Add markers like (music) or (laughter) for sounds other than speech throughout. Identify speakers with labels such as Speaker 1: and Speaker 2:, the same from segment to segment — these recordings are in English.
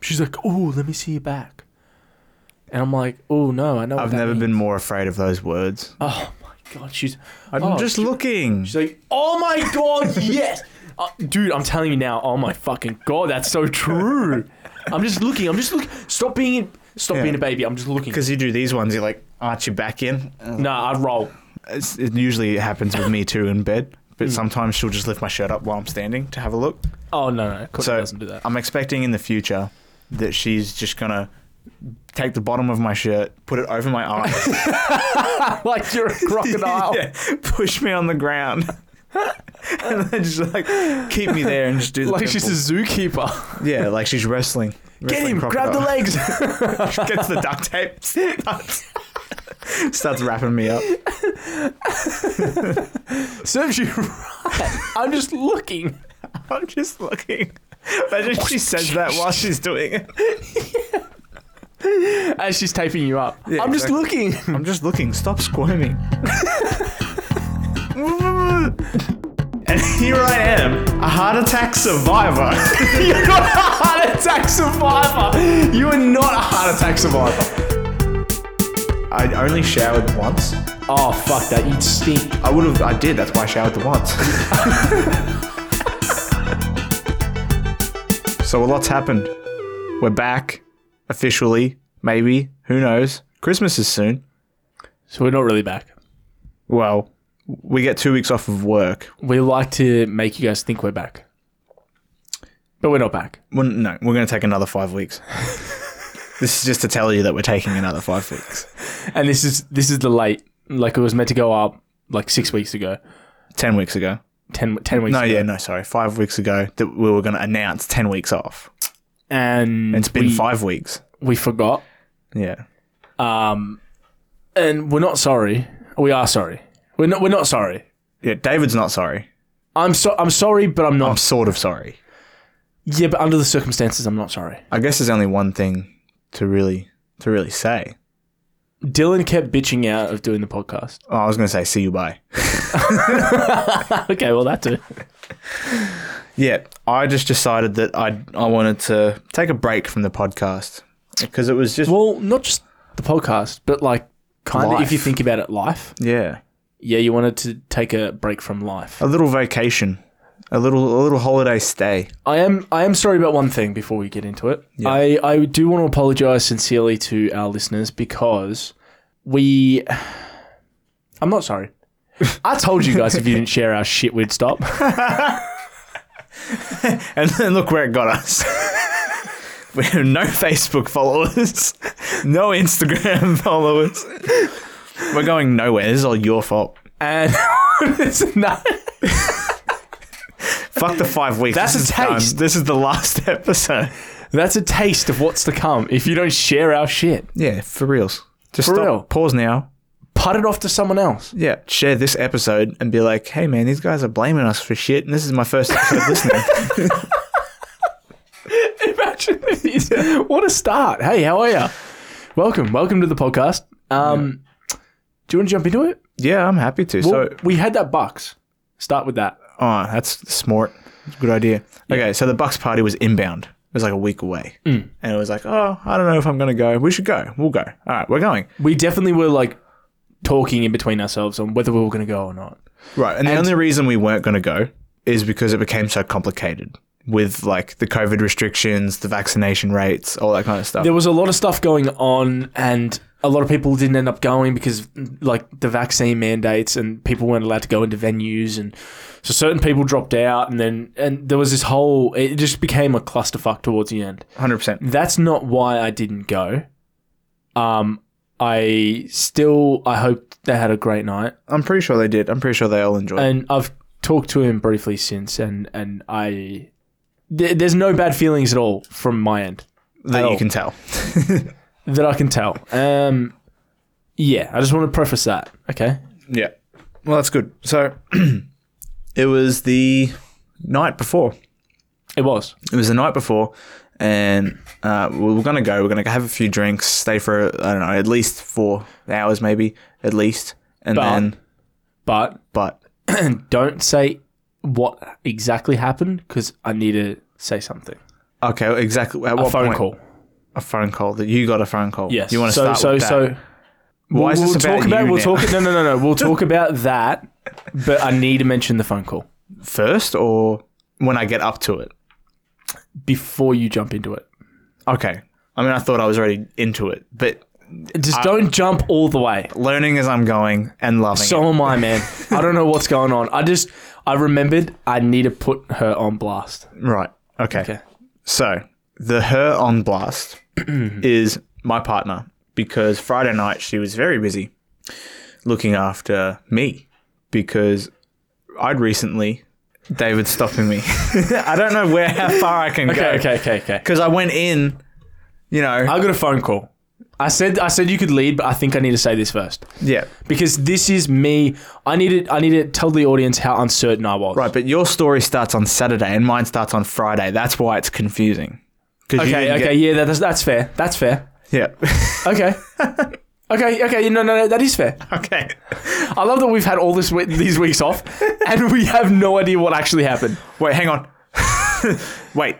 Speaker 1: She's like, "Oh, let me see you back," and I'm like, "Oh no, I know." what
Speaker 2: I've
Speaker 1: that
Speaker 2: never
Speaker 1: means."
Speaker 2: been more afraid of those words.
Speaker 1: Oh my god, she's.
Speaker 2: I'm
Speaker 1: oh,
Speaker 2: just
Speaker 1: she-
Speaker 2: looking.
Speaker 1: She's like, "Oh my god, yes, (laughs) Uh, dude! I'm telling you now. Oh my fucking god, that's so true. I'm just looking. I'm just looking. Stop being. Stop
Speaker 2: Yeah.
Speaker 1: being a baby. I'm just looking.
Speaker 2: Because you do these ones, you like arch your back in.
Speaker 1: Nah, I'd roll.
Speaker 2: It's, it usually happens with me too in bed, but
Speaker 1: Hmm.
Speaker 2: sometimes she'll just lift my shirt up while I'm standing to have a look.
Speaker 1: Oh no, no, Cookie
Speaker 2: So-
Speaker 1: doesn't do that. (laughs)
Speaker 2: I'm expecting in the future that she's just gonna take the bottom of my shirt, put it over my
Speaker 1: (laughs)
Speaker 2: eyes,
Speaker 1: like
Speaker 2: (laughs)
Speaker 1: you're a crocodile.
Speaker 2: yeah, push me on the ground, (laughs) and then just like keep me there and just do the
Speaker 1: Like she's
Speaker 2: pimple.
Speaker 1: a zookeeper.
Speaker 2: yeah, like she's wrestling.
Speaker 1: Get
Speaker 2: wrestling
Speaker 1: him! Grab the
Speaker 2: crocodile. (laughs)
Speaker 1: legs. (laughs)
Speaker 2: Gets the duct tape. Starts, (laughs) starts wrapping me up.
Speaker 1: Serves you right. I'm just looking.
Speaker 2: I'm just looking. Imagine she says that while she's doing it.
Speaker 1: As she's taping you up.
Speaker 2: Yeah,
Speaker 1: I'm
Speaker 2: exactly.
Speaker 1: just looking.
Speaker 2: I'm just looking. Stop squirming. (laughs) and here I am, a heart attack survivor. (laughs)
Speaker 1: You're (laughs) not a heart attack survivor. You are not a heart attack survivor.
Speaker 2: I only showered once.
Speaker 1: Oh fuck that! You'd stink.
Speaker 2: I would have. I did. That's why I showered the once. (laughs) so a lot's happened. We're back, officially. Maybe. Who knows? Christmas is soon.
Speaker 1: So we're not really back.
Speaker 2: Well, we get two weeks off of work.
Speaker 1: We like to make you guys think we're back, but we're not back.
Speaker 2: Well, no, we're going to take another five weeks. (laughs) this is just to tell you that we're taking another five weeks.
Speaker 1: And this is this is the late. Like it was meant to go up like six weeks ago,
Speaker 2: Ten weeks ago.
Speaker 1: ten, 10 weeks.
Speaker 2: No,
Speaker 1: ago.
Speaker 2: yeah, no, sorry. Five weeks ago that we were going to announce ten weeks off.
Speaker 1: And
Speaker 2: It's been
Speaker 1: we,
Speaker 2: five weeks.
Speaker 1: We forgot.
Speaker 2: Yeah.
Speaker 1: Um, and we're not sorry. We are sorry. We're not. We're not sorry.
Speaker 2: Yeah, David's not sorry.
Speaker 1: I'm so. I'm sorry, but I'm not.
Speaker 2: I'm sort of sorry.
Speaker 1: yeah, but under the circumstances, I'm not sorry.
Speaker 2: I guess there's only one thing to really to really say.
Speaker 1: Dylan kept bitching out of doing the podcast. (laughs)
Speaker 2: Oh, I was going to say see you bye.
Speaker 1: okay, well that too.
Speaker 2: Yeah, I just decided that I I wanted to take a break from the podcast because it was just
Speaker 1: Well, not just the podcast, but like kind of
Speaker 2: Life.
Speaker 1: if you think about it, life.
Speaker 2: yeah,
Speaker 1: Yeah, you wanted to take a break from life.
Speaker 2: a little vacation, a little a little holiday stay. (laughs)
Speaker 1: I am. I am sorry about one thing before we get into it. I I do want to apologize sincerely to our listeners because we. (sighs) I'm not sorry. I told you guys if you didn't share our shit, we'd stop.
Speaker 2: And then look where it got us. (laughs) we have no Facebook followers, (laughs) no Instagram (laughs) followers. We're going nowhere. This is all your fault.
Speaker 1: And (laughs) it's not-
Speaker 2: Fuck the five weeks.
Speaker 1: That's
Speaker 2: This
Speaker 1: a
Speaker 2: is done.
Speaker 1: taste.
Speaker 2: This is the last (laughs) episode.
Speaker 1: that's a taste of what's to come if you don't share our shit.
Speaker 2: Yeah, for reals. Just
Speaker 1: For
Speaker 2: stop.
Speaker 1: real.
Speaker 2: Pause now.
Speaker 1: Put it off to someone else.
Speaker 2: Yeah, share this episode and be like, hey man, these guys are blaming us for shit, and this is my
Speaker 1: (laughs)
Speaker 2: first episode listening.
Speaker 1: Imagine this. What a start. Hey, how are you? Welcome. Welcome to the podcast. Um, Do you want to jump into it?
Speaker 2: Yeah, I'm happy to.
Speaker 1: Well,
Speaker 2: so,
Speaker 1: we had that bucks. Start with that.
Speaker 2: oh, that's smart. Good idea. Okay, so the Bucks party was inbound. It was like a week away,
Speaker 1: Mm.
Speaker 2: and it was like, oh, I don't know if I'm gonna go. We should go. We'll go. All right, we're going.
Speaker 1: We definitely were like talking in between ourselves on whether we were going to go or not.
Speaker 2: Right, and the only reason we weren't going to go is because it became so complicated with like the COVID restrictions, the vaccination rates, all that kind of stuff.
Speaker 1: There was a lot of stuff going on, and a lot of people didn't end up going because like the vaccine mandates, and people weren't allowed to go into venues, and so certain people dropped out, and then and there was this whole. It just became a clusterfuck towards the end.
Speaker 2: Hundred percent.
Speaker 1: that's not why I didn't go. Um, I still I hope they had a great night,
Speaker 2: I'm pretty sure they did. I'm pretty sure they all enjoyed. it.
Speaker 1: and I've talked to him briefly since, and and I there there's no bad feelings at all from my end
Speaker 2: that
Speaker 1: all.
Speaker 2: you can tell.
Speaker 1: that I can tell. Um, yeah, I just want to preface that. Okay,
Speaker 2: Yeah. Well, that's good. So (clears throat) it was the night before.
Speaker 1: it was
Speaker 2: It was the night before, and uh, we were gonna go. We're gonna have a few drinks, stay for I don't know, at least four hours, maybe at least, and
Speaker 1: But-
Speaker 2: then
Speaker 1: but (clears throat)
Speaker 2: but
Speaker 1: don't say what exactly happened because I need to say something.
Speaker 2: Okay, exactly. At
Speaker 1: A
Speaker 2: what
Speaker 1: phone
Speaker 2: point-
Speaker 1: call.
Speaker 2: A phone call that you got a phone call.
Speaker 1: Yes.
Speaker 2: You want to
Speaker 1: so,
Speaker 2: start
Speaker 1: so,
Speaker 2: with that?
Speaker 1: so.
Speaker 2: Why is
Speaker 1: we'll
Speaker 2: this
Speaker 1: talk
Speaker 2: about
Speaker 1: about
Speaker 2: you
Speaker 1: we'll
Speaker 2: now?
Speaker 1: talk no no no no we'll talk about that, but I need to mention the phone call
Speaker 2: (laughs) first or when I get up to it?
Speaker 1: before you jump into it.
Speaker 2: Okay. I mean, I thought I was already into it, but
Speaker 1: Just
Speaker 2: Uh,
Speaker 1: don't jump all the way.
Speaker 2: learning as I'm going and loving it.
Speaker 1: So am I, man. I don't know what's going on. I just I remembered I need to put her on blast.
Speaker 2: Right. Okay.
Speaker 1: Okay.
Speaker 2: So the her on
Speaker 1: (clears throat)
Speaker 2: blast is my partner because Friday night she was very busy looking after me because I'd recently David stopping me. (laughs) I don't know where how far I can
Speaker 1: (laughs)
Speaker 2: go.
Speaker 1: Okay, okay, okay, okay.
Speaker 2: Because I went in, you know.
Speaker 1: I got a phone call. I said I said you could lead, but I think I need to say this first
Speaker 2: yeah.
Speaker 1: because this is me. I need to I need to tell the audience how uncertain I was.
Speaker 2: Right, but your story starts on Saturday and mine starts on Friday. That's why it's confusing. 'Cause you
Speaker 1: Okay.
Speaker 2: didn't
Speaker 1: Okay. yeah. That's that's fair. That's fair.
Speaker 2: get-
Speaker 1: (laughs)
Speaker 2: yeah.
Speaker 1: Okay.
Speaker 2: (laughs)
Speaker 1: okay. Okay. No. No. No. That is fair.
Speaker 2: okay.
Speaker 1: I love that we've had all this we- these weeks
Speaker 2: (laughs)
Speaker 1: off, and we have no idea what actually happened.
Speaker 2: Wait, hang
Speaker 1: (laughs)
Speaker 2: on. Wait.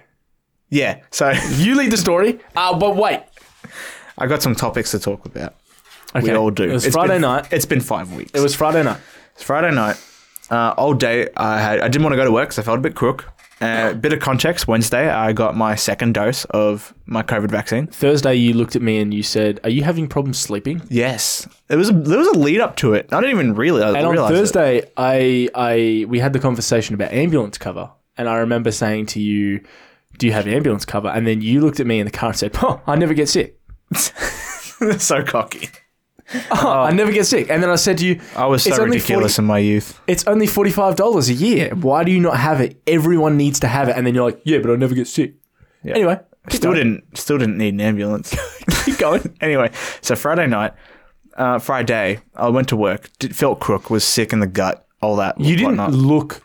Speaker 2: Yeah. So (laughs)
Speaker 1: You lead the story, uh, but wait.
Speaker 2: I got some topics to talk about.
Speaker 1: Okay.
Speaker 2: We all do.
Speaker 1: It was
Speaker 2: It's
Speaker 1: Friday
Speaker 2: been-
Speaker 1: night.
Speaker 2: It's been five weeks.
Speaker 1: It was Friday night.
Speaker 2: It's Friday night. Uh, all day I had. I didn't want to go to work because I felt a bit crook. Uh, bit of context. Wednesday I got my second dose of my COVID vaccine.
Speaker 1: Thursday, you looked at me and you said, "Are you having problems sleeping?"
Speaker 2: Yes. It was. A, there was a lead up to it. I didn't even realize.
Speaker 1: And on
Speaker 2: realize it.
Speaker 1: Thursday, I, I, we had the conversation about ambulance cover, and I remember saying to you, "Do you have ambulance cover?" And then you looked at me in the car and said, "Oh, I never get sick.
Speaker 2: (laughs) so cocky. Oh.
Speaker 1: I never get sick." And then I said to you,
Speaker 2: I was so
Speaker 1: It's only
Speaker 2: ridiculous
Speaker 1: 40
Speaker 2: in my youth.
Speaker 1: "It's only forty five dollars a year. Why do you not have it? Everyone needs to have it." And then you're like, "Yeah, but I never get sick."
Speaker 2: Yeah.
Speaker 1: Anyway, keep
Speaker 2: Still
Speaker 1: going.
Speaker 2: didn't. Still didn't need
Speaker 1: (laughs)
Speaker 2: an ambulance.
Speaker 1: keep going.
Speaker 2: anyway, so Friday night, uh, Friday, I went to work. Did, felt crook. Was sick in the gut. All that.
Speaker 1: You didn't
Speaker 2: whatnot.
Speaker 1: look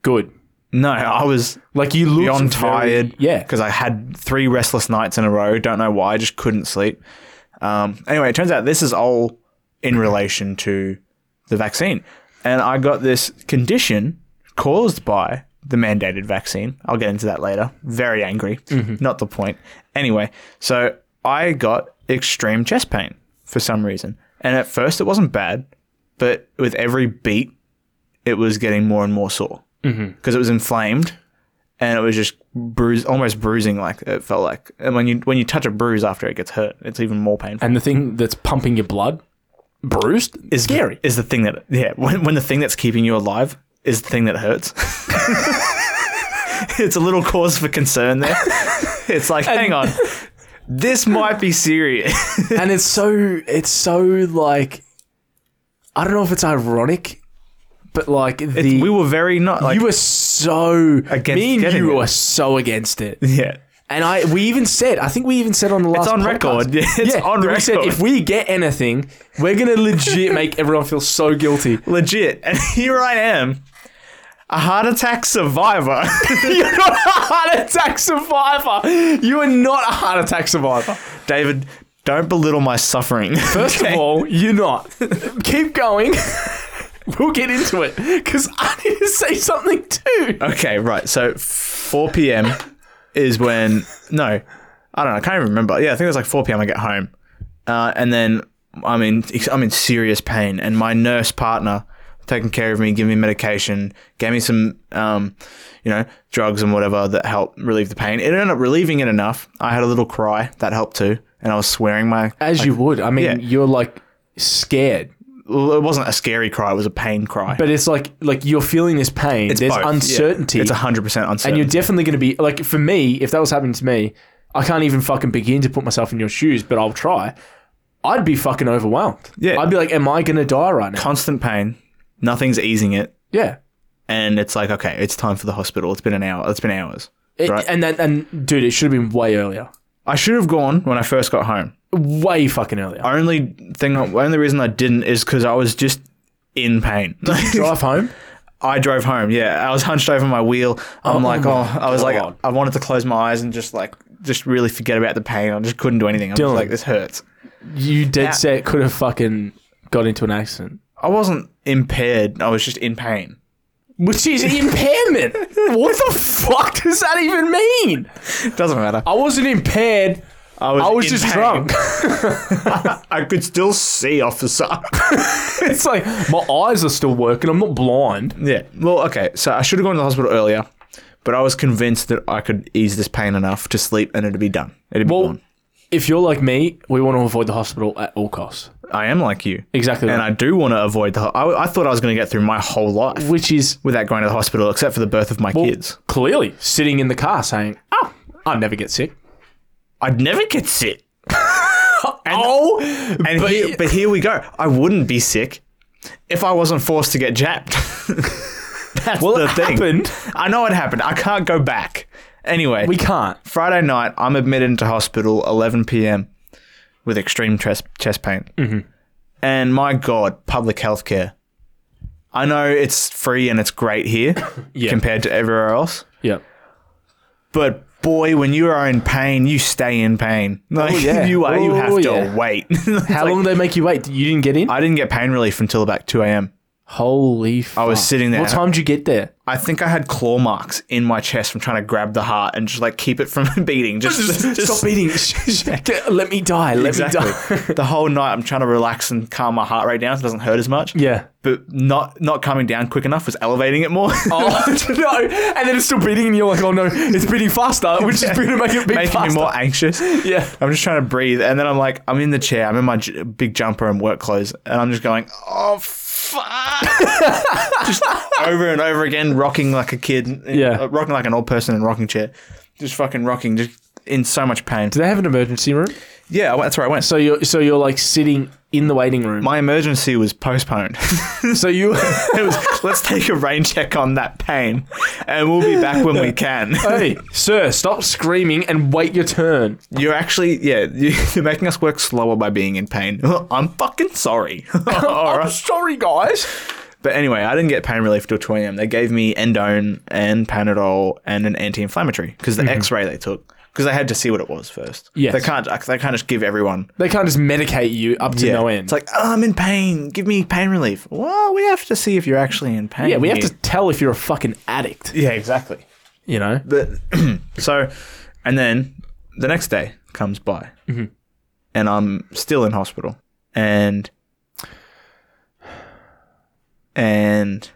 Speaker 1: good.
Speaker 2: No, I was
Speaker 1: Like you looked
Speaker 2: beyond
Speaker 1: very-
Speaker 2: tired.
Speaker 1: Yeah.
Speaker 2: because I had three restless nights in a row. Don't know why. I just couldn't sleep. Um, anyway, it turns out this is all in relation to the vaccine, and I got this condition caused by the mandated vaccine. I'll get into that later. Very angry.
Speaker 1: Mm-hmm.
Speaker 2: Not the point. Anyway, so I got extreme chest pain for some reason, and at first it wasn't bad, but with every beat, it was getting more and more sore because
Speaker 1: Mm-hmm.
Speaker 2: it was inflamed and it was just bruise, almost bruising. Like it felt like, and when you when you touch a bruise after it gets hurt, it's even more painful.
Speaker 1: And the thing that's pumping your blood, bruised, is
Speaker 2: (laughs)
Speaker 1: scary.
Speaker 2: Is the thing that yeah, when when the thing that's keeping you alive is the thing that hurts. (laughs) it's a little cause for concern there. It's like, hang on, this might be serious.
Speaker 1: and it's so it's so like I don't know if it's ironic, but like the
Speaker 2: we were very not like
Speaker 1: you were so
Speaker 2: Against
Speaker 1: me and
Speaker 2: getting
Speaker 1: you
Speaker 2: it.
Speaker 1: were so against it.
Speaker 2: yeah.
Speaker 1: And I we even said I think we even said on the last
Speaker 2: on
Speaker 1: podcast-
Speaker 2: record. Yeah, (laughs) it's on
Speaker 1: that we said
Speaker 2: record.
Speaker 1: if we get anything, we're gonna legit make everyone feel so guilty. (laughs)
Speaker 2: legit. And (laughs) here I am, a heart attack (laughs) survivor.
Speaker 1: You're not a heart attack survivor. You are not a heart attack survivor.
Speaker 2: David, don't belittle my suffering.
Speaker 1: First of all, you're not. Keep going. (laughs) we'll get into it because I need to say something too.
Speaker 2: Okay, right. So 4 p.m. is when no, I don't know. I can't even remember. Yeah, I think it was like 4 p.m. I get home, uh, and then I'm in I'm in serious pain, and my nurse partner taking care of me, giving me medication, gave me some um, you know drugs and whatever that helped relieve the pain. It ended up relieving it enough. I had a little cry that helped too, and I was swearing my.
Speaker 1: As you would. I mean,
Speaker 2: Yeah.
Speaker 1: you're like scared,
Speaker 2: Well, it wasn't a scary cry. It was a pain cry.
Speaker 1: but it's like like you're feeling this pain. There's
Speaker 2: Both, yeah.
Speaker 1: uncertainty,
Speaker 2: It's 100% uncertainty.
Speaker 1: and you're definitely going to be like for me. If that was happening to me, I can't even fucking begin to put myself in your shoes, but I'll try. I'd be fucking overwhelmed.
Speaker 2: Yeah.
Speaker 1: I'd be like, am I going to die right now?
Speaker 2: constant pain. Nothing's easing it.
Speaker 1: Yeah.
Speaker 2: and it's like, okay, it's time for the hospital. It's been an hour. It's been hours.
Speaker 1: It,
Speaker 2: Right.
Speaker 1: And then and dude, it should have been way earlier.
Speaker 2: I should have gone when I first got home.
Speaker 1: Way fucking earlier.
Speaker 2: Only thing, only reason I didn't is because I was just in (laughs) pain.
Speaker 1: (laughs) Drive home.
Speaker 2: I drove home. Yeah, I was hunched over my wheel. I'm like, oh, I was like, I wanted to close my eyes and just like, just really forget about the pain. I just couldn't do anything. I'm
Speaker 1: Dylan.
Speaker 2: just like, this hurts.
Speaker 1: You dead set could have fucking got into an accident.
Speaker 2: I wasn't impaired. I was just in pain.
Speaker 1: which is impairment. what the fuck does that even mean?
Speaker 2: Doesn't matter.
Speaker 1: I wasn't impaired. I was just drunk. (laughs)
Speaker 2: I could still see, officer.
Speaker 1: it's like my eyes are still working. I'm not blind.
Speaker 2: yeah. Well, okay. So I should have gone to the hospital earlier, but I was convinced that I could ease this pain enough to sleep and it'd be done. It'd be
Speaker 1: Well,
Speaker 2: gone.
Speaker 1: if you're like me, we want to avoid the hospital at all costs.
Speaker 2: I am like you.
Speaker 1: Exactly.
Speaker 2: And I do want to avoid the. ho- I, I thought I was going to get through my whole life
Speaker 1: which is
Speaker 2: without going to the hospital, except for the birth of my kids.
Speaker 1: clearly sitting in the car saying, "Oh, I never get sick."
Speaker 2: I'd never get sick.
Speaker 1: (laughs) oh,
Speaker 2: And
Speaker 1: but-
Speaker 2: but, here, but here we go. I wouldn't be sick if I wasn't forced to get jabbed. (laughs) That's
Speaker 1: well,
Speaker 2: the
Speaker 1: it
Speaker 2: thing.
Speaker 1: happened.
Speaker 2: I know it happened. I can't go back. Anyway,
Speaker 1: We can't.
Speaker 2: Friday night, I'm admitted into hospital 11 p.m. with extreme chest, chest pain. Mm-hmm. And my God, public health care. I know it's free and it's great here
Speaker 1: (coughs) Yeah.
Speaker 2: compared to everywhere else,
Speaker 1: Yeah.
Speaker 2: but boy, when you are in pain, you stay in pain. Like
Speaker 1: Oh,
Speaker 2: (laughs)
Speaker 1: yeah.
Speaker 2: you are, you have
Speaker 1: Oh,
Speaker 2: to
Speaker 1: yeah.
Speaker 2: wait. (laughs) How
Speaker 1: How long did they make you wait? You didn't get in.
Speaker 2: I didn't get pain relief until about 2 a.m.
Speaker 1: Holy! Fuck.
Speaker 2: was sitting there.
Speaker 1: What time did you get there?
Speaker 2: I think I had claw marks in my chest from trying to grab the heart and just like keep it from (laughs) beating.
Speaker 1: (laughs)
Speaker 2: (laughs) Just, just-
Speaker 1: Stop
Speaker 2: (laughs)
Speaker 1: eating. (laughs) Let me die. Let me die.
Speaker 2: exactly. (laughs) the whole night I'm trying to relax and calm my heart rate down so it doesn't hurt as
Speaker 1: (laughs)
Speaker 2: much.
Speaker 1: Yeah.
Speaker 2: But not not calming down quick enough was elevating it more. (laughs)
Speaker 1: Oh (laughs) no! And then it's still beating, and you're like, "Oh no, it's beating faster," which is going to make it beat
Speaker 2: Making
Speaker 1: faster.
Speaker 2: me more anxious.
Speaker 1: Yeah.
Speaker 2: I'm just trying to breathe. And then I'm like, I'm in the chair. I'm in my j- big jumper and work clothes. And I'm just going, oh,
Speaker 1: (laughs)
Speaker 2: fuck. just over and over again, rocking like a kid.
Speaker 1: Yeah.
Speaker 2: uh, Rocking like an old person in a rocking chair. Just fucking rocking, just in so much pain.
Speaker 1: Do they have an emergency room?
Speaker 2: Yeah, I- that's where I went.
Speaker 1: So
Speaker 2: So
Speaker 1: you're so you're like sitting in the waiting room.
Speaker 2: my emergency was postponed. (laughs)
Speaker 1: so you (laughs)
Speaker 2: it was, (laughs) let's take a rain check on that pain and we'll be back when we can. (laughs)
Speaker 1: Hey, sir, stop screaming and wait your turn.
Speaker 2: You're actually, yeah, you're making us work slower by being in pain. (laughs) I'm fucking sorry. (laughs) All
Speaker 1: I'm
Speaker 2: right.
Speaker 1: Uh, sorry, guys.
Speaker 2: But anyway, I didn't get pain relief till 2 a.m. They gave me endone and Panadol and an anti-inflammatory because the X-ray they took because they had to see what it was first.
Speaker 1: Mm-hmm. Yes.
Speaker 2: they can't. They can't just give everyone.
Speaker 1: They can't just medicate you up to no end.
Speaker 2: It's like oh, I'm in pain. Give me pain relief. Well, we have to see if you're actually in pain.
Speaker 1: yeah, we have
Speaker 2: here.
Speaker 1: to tell if you're a fucking addict.
Speaker 2: Yeah, exactly.
Speaker 1: You know.
Speaker 2: But (clears throat) so, and then the next day comes by,
Speaker 1: Mm-hmm.
Speaker 2: and I'm still in hospital, and and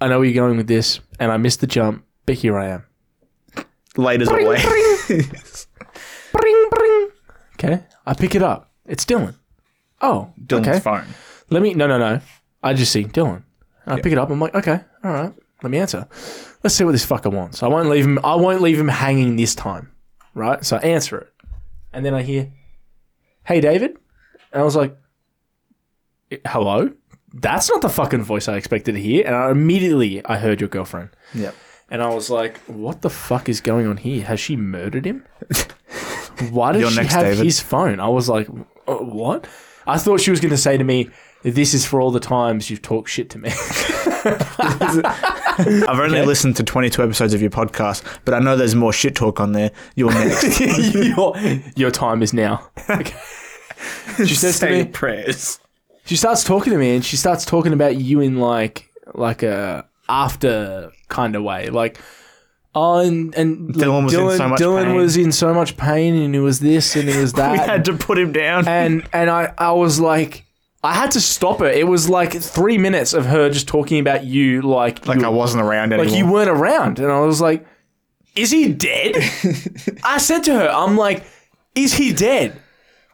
Speaker 1: I know where you're going with this, and I missed the jump, but here I am.
Speaker 2: late as
Speaker 1: Bring,
Speaker 2: always. (laughs)
Speaker 1: bring. Bring, bring. Okay, I pick it up. It's Dylan. Oh,
Speaker 2: Dylan's
Speaker 1: okay.
Speaker 2: phone.
Speaker 1: Let me. No, no, no. I just see Dylan. And I pick it up. I'm like, okay, all right. Let me answer. Let's see what this fucker wants. I won't leave him. I won't leave him hanging this time, right? So I answer it, and then I hear, "Hey, David," and I was like, "Eh, "Hello." That's not the fucking voice I expected to hear. And I immediately I heard your girlfriend,
Speaker 2: Yep.
Speaker 1: and I was like, "What the fuck is going on here? Has she murdered
Speaker 2: (laughs)
Speaker 1: him? Why does
Speaker 2: You're
Speaker 1: she
Speaker 2: next,
Speaker 1: have
Speaker 2: David.
Speaker 1: his phone?" I was like, "Uh, "What?" I thought she was going to say to me, "This is for all the times you've talked shit
Speaker 2: (laughs)
Speaker 1: to me." (laughs)
Speaker 2: I've only listened to 22 episodes of your podcast, but I know there's more shit talk on there. You're
Speaker 1: (laughs)
Speaker 2: next.
Speaker 1: your, your time is
Speaker 2: (laughs)
Speaker 1: now.
Speaker 2: she
Speaker 1: says to me-
Speaker 2: prayers.
Speaker 1: She starts talking to me, and she starts talking about you in like like a after kind of way, like. Oh, and, and like,
Speaker 2: Dylan was in so much
Speaker 1: Dylan
Speaker 2: pain.
Speaker 1: was in so much pain, and it was this, and it was that.
Speaker 2: (laughs) We had to put him down.
Speaker 1: and and I, I was like I had to stop her. It was like three minutes of her just talking about you like
Speaker 2: like
Speaker 1: you,
Speaker 2: I wasn't around anymore.
Speaker 1: like you weren't around. And I was like, Is he
Speaker 2: (laughs)
Speaker 1: dead? I said to her, I'm like, Is he dead?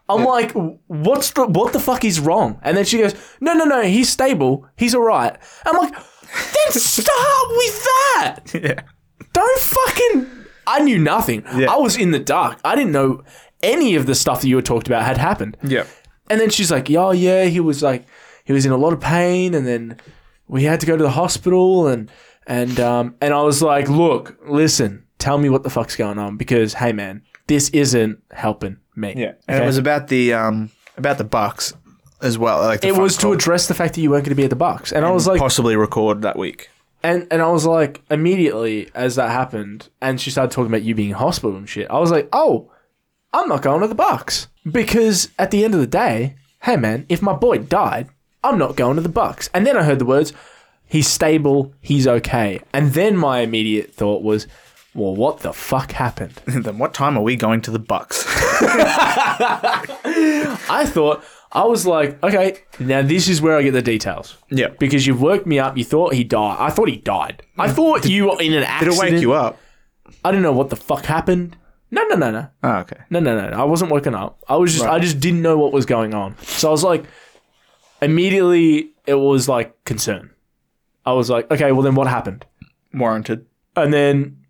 Speaker 1: I'm like, what's the what the fuck is wrong? And then she goes, No, no, no, he's stable. He's alright. I'm like,
Speaker 2: (laughs)
Speaker 1: then start with that.
Speaker 2: yeah.
Speaker 1: Don't fucking. I knew nothing. I was in the dark. I didn't know any of the stuff that you had talked about had happened.
Speaker 2: Yeah.
Speaker 1: And then she's like, "Yeah, yeah, he was like, he was in a lot of pain, and then we had to go to the hospital, and and um, and I was like, look, listen, tell me what the fuck's going on, because hey, man, this isn't helping me.
Speaker 2: Yeah. And it was about the um about the Bucks as well. Like the
Speaker 1: It
Speaker 2: phone
Speaker 1: was to
Speaker 2: call.
Speaker 1: address the fact that you weren't going to be at the Bucks, and I was like,
Speaker 2: possibly record that week.
Speaker 1: And and I was like, immediately as that happened, and she started talking about you being in hospital and shit, I was like, oh, I'm not going to the Bucks. Because at the end of the day, hey man, if my boy died, I'm not going to the Bucks. And then I heard the words, He's stable. He's okay. And then my immediate thought was, well, what the fuck
Speaker 2: (laughs)
Speaker 1: happened?
Speaker 2: (laughs) then what time are we going to
Speaker 1: (laughs)
Speaker 2: the Bucks?
Speaker 1: I thought, I was like, okay, now this is where I get the details.
Speaker 2: Yeah.
Speaker 1: Because you've worked me up. You thought he died. I thought he died. I thought you were in an
Speaker 2: Did
Speaker 1: accident.
Speaker 2: it wake you up?
Speaker 1: I don't know what the fuck happened. No, no, no, no.
Speaker 2: Oh, okay.
Speaker 1: No, no, no. I wasn't woken up. I was just, I just didn't know what was going on. So I was like, immediately, it was like concern. I was like, okay, well then what happened?
Speaker 2: Warranted.
Speaker 1: And then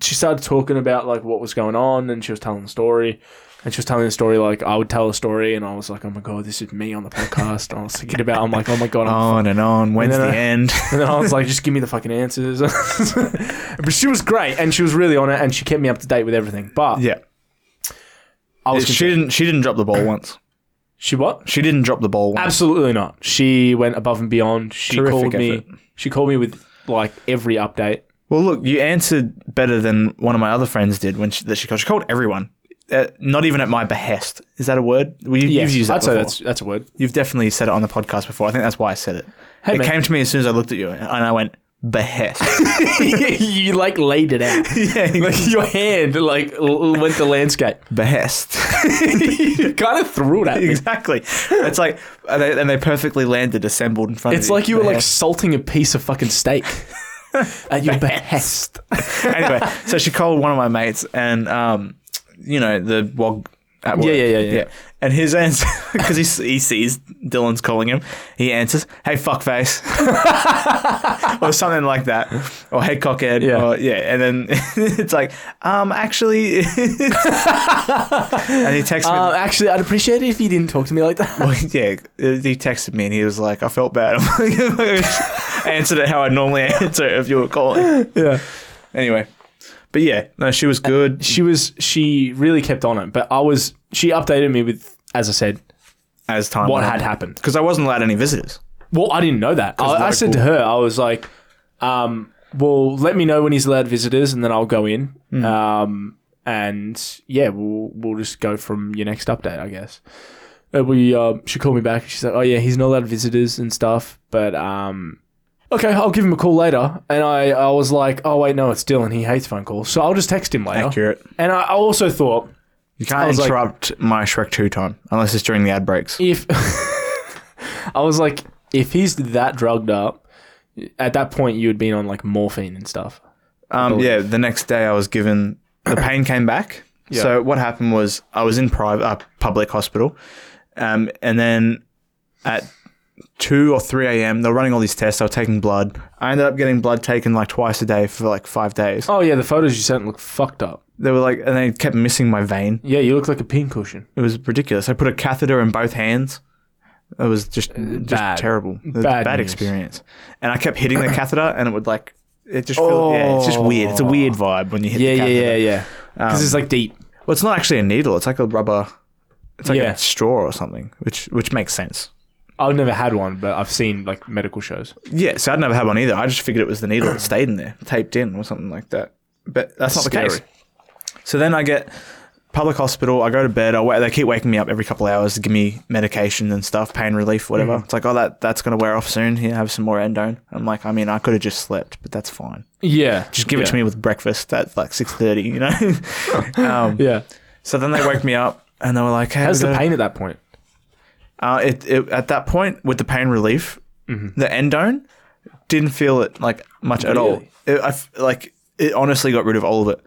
Speaker 1: she started talking about like what was going on, and she was telling the story. And she was telling the story like I would tell a story, and I was like, oh my god, this is me on the podcast. and I was thinking about, I'm like, oh my god, I'm
Speaker 2: On and on. When's
Speaker 1: then
Speaker 2: the
Speaker 1: I-
Speaker 2: end? (laughs)
Speaker 1: and then I was like, just give me the fucking answers. (laughs) but she was great, and she was really on it, and she kept me up to date with everything. But
Speaker 2: yeah.
Speaker 1: I was
Speaker 2: She
Speaker 1: she,
Speaker 2: didn't. She didn't drop the ball once.
Speaker 1: she what?
Speaker 2: She didn't drop the ball once.
Speaker 1: Absolutely not. She went above and beyond. She
Speaker 2: Terrific
Speaker 1: called me.
Speaker 2: effort.
Speaker 1: She called me with like every update.
Speaker 2: Well, look, you answered better than one of my other friends did when she, that she called. She called everyone, uh, not even at my behest. Is that a word? Well, you,
Speaker 1: Yes,
Speaker 2: You've used that
Speaker 1: I'd say
Speaker 2: before.
Speaker 1: that's that's a word.
Speaker 2: You've definitely said it on the podcast before. I think that's why I said it. it
Speaker 1: man.
Speaker 2: came to me as soon as I looked at you, and I went
Speaker 1: (laughs)
Speaker 2: behest.
Speaker 1: (laughs)
Speaker 2: (laughs)
Speaker 1: you like laid it out. (laughs) Like your hand like l- l- went to (laughs) landscape.
Speaker 2: behest.
Speaker 1: you kind of threw it at me.
Speaker 2: (laughs) exactly. It's like, and they, and they perfectly landed, assembled in front
Speaker 1: It's
Speaker 2: of you.
Speaker 1: like you were like (laughs)
Speaker 2: Behest.
Speaker 1: salting a piece of fucking steak (laughs) at your (laughs) behest.
Speaker 2: anyway, so she called one of my mates, and um, you know the wog. At work.
Speaker 1: Yeah, yeah, yeah, yeah.
Speaker 2: And his (laughs) answer, because he, s- he sees Dylan's calling him, he answers, "Hey fuckface," (laughs) or something like that, or "Hey cockhead,"
Speaker 1: Yeah.
Speaker 2: or yeah. And then (laughs) it's like, um, actually, (laughs) and he texts me.
Speaker 1: Um, actually, I'd appreciate it if you didn't talk to me like that. (laughs)
Speaker 2: (laughs) Well, yeah, he texted me and he was like, "I felt bad." (laughs) I'm like, I answered it how I normally answer if you were calling.
Speaker 1: yeah.
Speaker 2: Anyway, but yeah, no, she was good.
Speaker 1: She was she really kept on it, but I was she updated me with as I said
Speaker 2: as time
Speaker 1: what had happened.
Speaker 2: because I wasn't allowed any visitors.
Speaker 1: Well, I didn't know that. I, I said to her, I was like, um, well, let me know when he's allowed visitors and then I'll go in. Um, and yeah, we'll, we'll just go from your next update, I guess. Uh, we, uh, she called me back and she's like, oh yeah, he's not allowed visitors and stuff, but, um, okay, I'll give him a call later. And I, I was like, oh wait, no, it's Dylan. He hates phone calls. So I'll just text him later.
Speaker 2: Accurate.
Speaker 1: And I, I also thought
Speaker 2: Oh. You
Speaker 1: I
Speaker 2: can't
Speaker 1: was like-
Speaker 2: interrupt my Shrek two time unless it's during the ad breaks.
Speaker 1: if, (laughs) I was like, if he's that drugged up, at that point you had been on like morphine and stuff.
Speaker 2: Um, yeah, the next day I was given the pain came back. So what happened was I was in private uh, public hospital, um, and then at two or three a.m. they were running all these tests. I was taking blood. I ended up getting blood taken like twice a day for like five days.
Speaker 1: Oh yeah, the photos you sent look fucked up.
Speaker 2: They were like, and they kept missing my vein.
Speaker 1: Yeah, you look like a pincushion.
Speaker 2: It was ridiculous. I put a catheter in both hands. It was just just
Speaker 1: Uh, bad.
Speaker 2: terrible. It was
Speaker 1: Bad
Speaker 2: bad
Speaker 1: news.
Speaker 2: experience. And I kept hitting the catheter, and it would like it just feels yeah, it's just weird. It's a weird vibe when you hit
Speaker 1: Oh. Yeah,
Speaker 2: the
Speaker 1: yeah,
Speaker 2: catheter.
Speaker 1: yeah, yeah. Because
Speaker 2: Um,
Speaker 1: it's like deep.
Speaker 2: Well, it's not actually a needle. It's like a rubber. It's like
Speaker 1: Yeah.
Speaker 2: a straw or something, which which makes sense.
Speaker 1: I've never had one, but I've seen like medical shows.
Speaker 2: Yeah. So I'd never had one either. I just figured it was the needle that stayed in there, taped in or something like that. But that's, not the
Speaker 1: Scary.
Speaker 2: case. So then I get public hospital. I go to bed. I wait, they keep waking me up every couple hours to give me medication and stuff, pain relief, whatever. It's like, oh, that that's gonna wear off soon. Here, have some more endone. I'm like, I mean, I could have just slept, but that's fine.
Speaker 1: Yeah,
Speaker 2: Just give it to me with breakfast at like six thirty. You know. (laughs) um,
Speaker 1: Yeah.
Speaker 2: so then they wake me up and they were like, hey,
Speaker 1: How's
Speaker 2: we
Speaker 1: the
Speaker 2: gotta-
Speaker 1: pain at that point?
Speaker 2: Uh, it, it at that point with the pain relief,
Speaker 1: Mm-hmm.
Speaker 2: the endone didn't feel it like much at all.
Speaker 1: Really?
Speaker 2: It, I f- like it honestly got rid of all of it,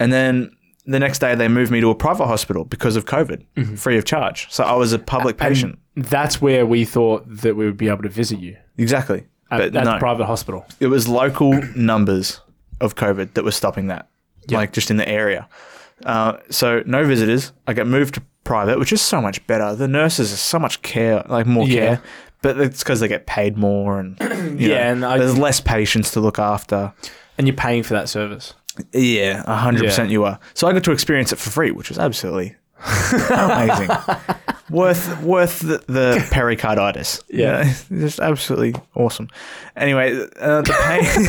Speaker 2: and then the next day they moved me to a private hospital because of COVID,
Speaker 1: Mm-hmm.
Speaker 2: free of charge. So I was a public patient.
Speaker 1: That's where we thought that we would be able to visit you
Speaker 2: exactly,
Speaker 1: at,
Speaker 2: but
Speaker 1: at
Speaker 2: no,
Speaker 1: the private hospital.
Speaker 2: it was local (clears throat) numbers of COVID that was stopping that, like just in the area. Uh, so no visitors. I get moved to private, which is so much better. The nurses are so much care, like more
Speaker 1: Yeah.
Speaker 2: care, but it's because they get paid more and (clears throat) you know,
Speaker 1: Yeah, and I-
Speaker 2: there's less patients to look after.
Speaker 1: And you're paying for that service.
Speaker 2: Yeah, hundred percent. You are. So I got to experience it for free, which was absolutely amazing. worth worth the, the pericarditis.
Speaker 1: Yeah.
Speaker 2: You know, just absolutely awesome. Anyway, uh, the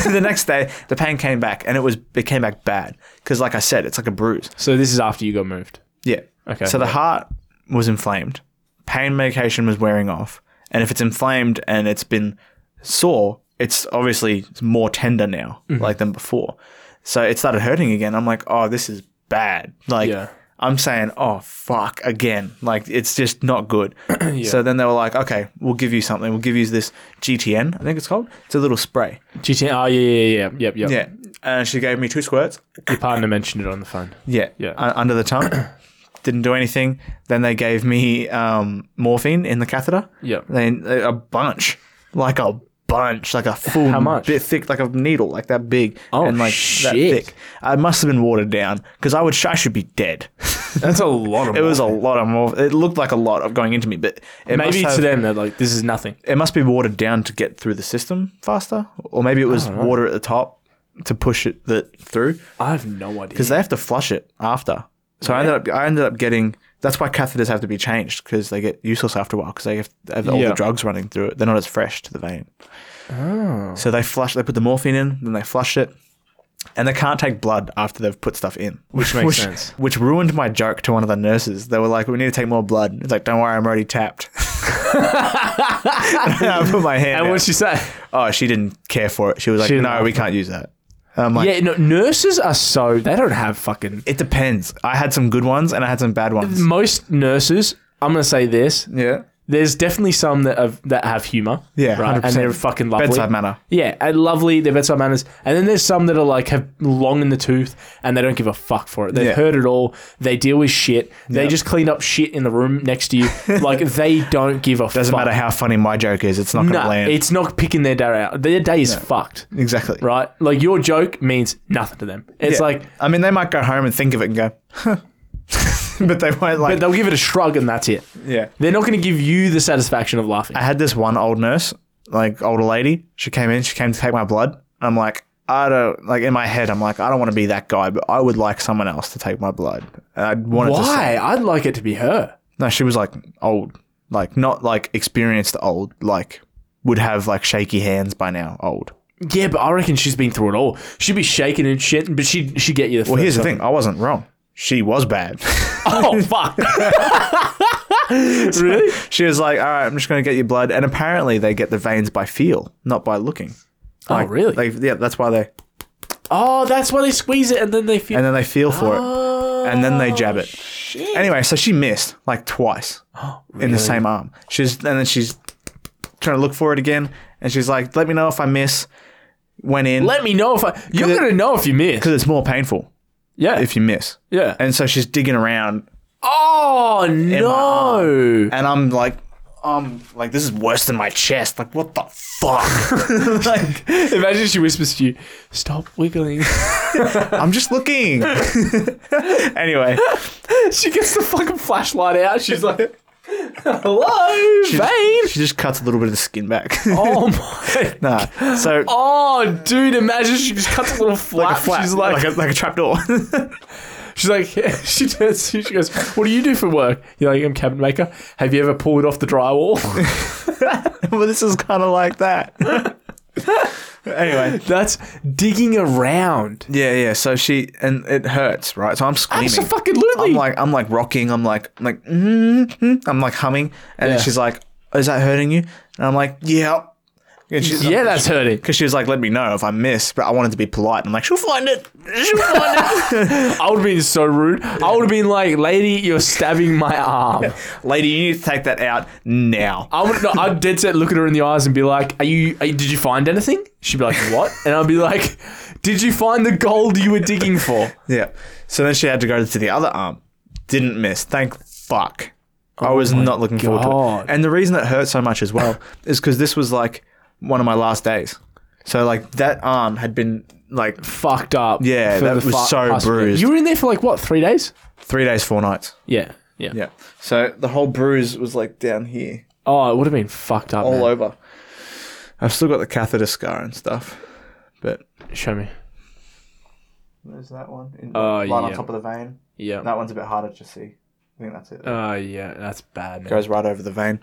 Speaker 2: pain. (laughs) the next day, the pain came back, and it was it came back bad because, like I said, it's like a bruise.
Speaker 1: So this is after you got moved.
Speaker 2: Yeah.
Speaker 1: Okay.
Speaker 2: So the
Speaker 1: Yeah.
Speaker 2: heart was inflamed. Pain medication was wearing off, and if it's inflamed and it's been sore it's obviously more tender now,
Speaker 1: Mm-hmm.
Speaker 2: like than before. So it started hurting again. I'm like, oh, this is bad. Like,
Speaker 1: Yeah.
Speaker 2: I'm saying, oh, fuck, again. Like, it's just
Speaker 1: (clears throat)
Speaker 2: not good. So then they were like, okay, we'll give you something. We'll give you this GTN, I think it's called. It's a little spray.
Speaker 1: GTA. Oh yeah, yeah, yeah, yep, yep.
Speaker 2: Yeah. And she gave me two squirts.
Speaker 1: Your partner mentioned it on the phone.
Speaker 2: Yeah.
Speaker 1: Yeah.
Speaker 2: u- under
Speaker 1: (coughs)
Speaker 2: the tongue. Didn't do anything. Then they gave me um, morphine in the catheter.
Speaker 1: Yep.
Speaker 2: Then a bunch, like a bunch, like a full
Speaker 1: How much?
Speaker 2: bit thick, like a needle, like that big.
Speaker 1: Oh,
Speaker 2: and like that
Speaker 1: shit.
Speaker 2: thick. I must have been watered down because I would I should be dead.
Speaker 1: That's a lot of.
Speaker 2: it was a lot of morph. It looked like a lot of going into me, but it must
Speaker 1: maybe
Speaker 2: have-
Speaker 1: to them they're like, this is nothing.
Speaker 2: it must be watered down to get through the system faster, or maybe it was water at the top to push it the, through
Speaker 1: I have no idea.
Speaker 2: because they have to flush it after. So I ended up I ended up getting that's why catheters have to be changed because they get useless after a while because they have, they have all
Speaker 1: Yeah.
Speaker 2: the drugs running through it. They're not as fresh to the vein. Oh. So they flush. They put the morphine in, then they flush it, and they can't take blood after they've put stuff in,
Speaker 1: Which makes sense.
Speaker 2: Which ruined my joke to one of the nurses. They were like, "We need to take more blood." It's like, "Don't worry, I'm already tapped." (laughs) And I put my
Speaker 1: (laughs)
Speaker 2: hand.
Speaker 1: and
Speaker 2: out.
Speaker 1: what'd she say?
Speaker 2: oh, she didn't care for it. She was like,
Speaker 1: She didn't
Speaker 2: "No,
Speaker 1: like
Speaker 2: we can't use that." And I'm like,
Speaker 1: Yeah, no, nurses are so they don't have fucking.
Speaker 2: It depends. I had some good ones and I had some bad ones.
Speaker 1: Most nurses, I'm gonna say this.
Speaker 2: Yeah.
Speaker 1: There's definitely some that have, that have humor.
Speaker 2: Yeah,
Speaker 1: right. And
Speaker 2: 100%.
Speaker 1: they're fucking lovely.
Speaker 2: Bedside manner.
Speaker 1: Yeah, and lovely. Their bedside manners. And then there's some that are like have long in the tooth and they don't give a fuck for it. They've
Speaker 2: Yeah.
Speaker 1: heard it all. They deal with shit. They
Speaker 2: Yeah.
Speaker 1: just clean up shit in the room next (laughs) to you. like they don't give a.
Speaker 2: Doesn't
Speaker 1: fuck.
Speaker 2: matter how funny my joke is, it's not going to
Speaker 1: No,
Speaker 2: land.
Speaker 1: it's not picking their day out. Their day is fucked,
Speaker 2: exactly.
Speaker 1: right? Like your joke means nothing to them. It's
Speaker 2: Yeah.
Speaker 1: like,
Speaker 2: I mean, they might go home and think of it and go, huh. (laughs) but they won't like.
Speaker 1: but they'll give it a shrug and that's it.
Speaker 2: yeah.
Speaker 1: They're not going to give you the satisfaction of laughing.
Speaker 2: I had this one old nurse, like older lady. She came in, she came to take my blood. I'm like, I don't like in my head. I'm like, I don't want to be that guy, but I would like someone else to take my blood. And I wanted to say-
Speaker 1: Why? I'd like it to be her.
Speaker 2: No, she was like old, like not like experienced old, like would have like shaky hands by now. Old.
Speaker 1: Yeah, but I reckon she's been through it all. She'd be shaking and shit, but she'd she'd get you the.
Speaker 2: Well, here's the thing. I wasn't wrong. She was bad.
Speaker 1: (laughs) Oh fuck! really?
Speaker 2: she was like, "All right, I'm just going to get your blood." And apparently, they get the veins by feel, not by looking.
Speaker 1: oh really?
Speaker 2: They, yeah, that's why they.
Speaker 1: oh, that's why they squeeze it and then they feel. (laughs)
Speaker 2: And then they feel for
Speaker 1: Oh,
Speaker 2: it, and then they jab it. Anyway, so she missed like twice in the same arm. She's and then she's trying to look for it again, and she's like, "Let me know if I miss." Went in
Speaker 1: Let me know if I. You're
Speaker 2: it-
Speaker 1: gonna know if you miss.
Speaker 2: because it's more painful
Speaker 1: Yeah.
Speaker 2: if you miss.
Speaker 1: yeah.
Speaker 2: And so she's digging around,
Speaker 1: oh no!
Speaker 2: and I'm like, I'm like, this is worse than my chest. Like, what the fuck? (laughs) like,
Speaker 1: (laughs) Imagine she whispers to you, "Stop wiggling."
Speaker 2: I'm just looking. (laughs) anyway,
Speaker 1: (laughs) she gets the fucking flashlight out. She's like, "Hello, babe."
Speaker 2: she just cuts a little bit of the skin back. (laughs)
Speaker 1: Oh my!
Speaker 2: nah. So
Speaker 1: Oh, dude! Imagine she just cuts a little flap.
Speaker 2: (laughs) like a flap,
Speaker 1: Oh, she's
Speaker 2: like,
Speaker 1: like,
Speaker 2: a, like a trapdoor. (laughs)
Speaker 1: she's like, (laughs) she turns. to you, She goes, "What do you do for work?" You're like, "I'm cabinet maker." Have you ever pulled off the
Speaker 2: (laughs)
Speaker 1: drywall? (laughs)
Speaker 2: well, this is kind of like that. anyway,
Speaker 1: That's digging around.
Speaker 2: yeah, yeah. So she and it hurts, right? So I'm screaming.
Speaker 1: Absolutely.
Speaker 2: I'm like, I'm like rocking. I'm like, I'm like, mm-hmm. I'm like humming, and
Speaker 1: Yeah.
Speaker 2: then she's like, "Oh, "Is that hurting you?" And I'm like, "Yeah." And she's
Speaker 1: yeah, that's hurting.
Speaker 2: Because she was like, "Let me know if I miss," but I wanted to be polite. And I'm like, "She'll find it. She'll find it."
Speaker 1: I would have been so rude. I would have been like, "Lady, you're stabbing my arm."
Speaker 2: Lady, you need to take that out now.
Speaker 1: I would no, I'd dead set look at her in the eyes and be like, "Are you? Are you did you find anything?" She'd be like, "What?" And I'd be like, "Did you find the gold you were digging for?"
Speaker 2: Yeah. So then she had to go to the other arm. Didn't miss. Thank fuck. I was not looking forward
Speaker 1: God.
Speaker 2: to it. And the reason it hurt so much as well is because this was like one of my last days. So like that arm had been like
Speaker 1: Fucked up.
Speaker 2: Yeah,
Speaker 1: for
Speaker 2: that
Speaker 1: the
Speaker 2: was so
Speaker 1: past-
Speaker 2: bruised.
Speaker 1: You were in there for like what three days?
Speaker 2: three days, four nights.
Speaker 1: Yeah, yeah.
Speaker 2: Yeah. So the whole bruise was like down here,
Speaker 1: Oh, it would have been fucked up.
Speaker 2: all
Speaker 1: man.
Speaker 2: over. I've still got the catheter scar and stuff, but
Speaker 1: Show me.
Speaker 2: there's that one in,
Speaker 1: Oh, right on
Speaker 2: on
Speaker 1: yeah. top
Speaker 2: top of the vein.
Speaker 1: Yeah.
Speaker 2: That one's a bit harder to see. I think that's it.
Speaker 1: Oh, yeah. That's bad. Man.
Speaker 2: goes right over the vein.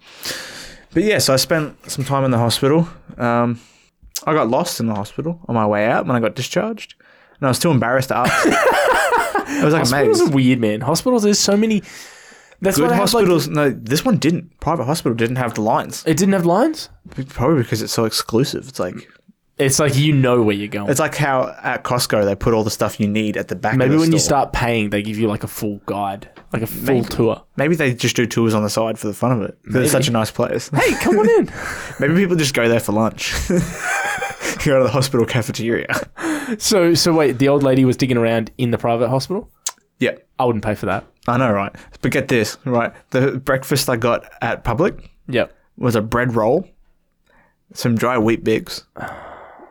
Speaker 2: But yeah, so I spent some time in the hospital. Um, I got lost in the hospital on my way out when I got discharged, and I was too embarrassed
Speaker 1: (laughs)
Speaker 2: to ask. I was like,
Speaker 1: Hospitals
Speaker 2: amazed.
Speaker 1: are weird, man. Hospitals. There's so many. That's
Speaker 2: Good
Speaker 1: why
Speaker 2: hospitals, no, this one didn't. Private hospital didn't have the lines,
Speaker 1: it didn't have lines.
Speaker 2: probably because it's so exclusive. It's like
Speaker 1: It's like you know where you're going.
Speaker 2: It's like how at Costco they put all the stuff you need at the back.
Speaker 1: Maybe
Speaker 2: of the
Speaker 1: when you
Speaker 2: store.
Speaker 1: start paying, they give you like a full guide, like a full
Speaker 2: Maybe.
Speaker 1: tour.
Speaker 2: maybe they just do tours on the side for the fun of it. 'Cause It's such a nice place.
Speaker 1: Hey, come on
Speaker 2: (laughs)
Speaker 1: in.
Speaker 2: maybe people just go there
Speaker 1: (laughs)
Speaker 2: for lunch. (laughs) go to the hospital cafeteria. (laughs)
Speaker 1: so, so wait, the old lady was digging around in the private hospital.
Speaker 2: Yeah,
Speaker 1: I wouldn't pay for that.
Speaker 2: I know, right? But get this, right? The breakfast I got at Public
Speaker 1: Yep.
Speaker 2: was a bread roll, some dry wheat bix,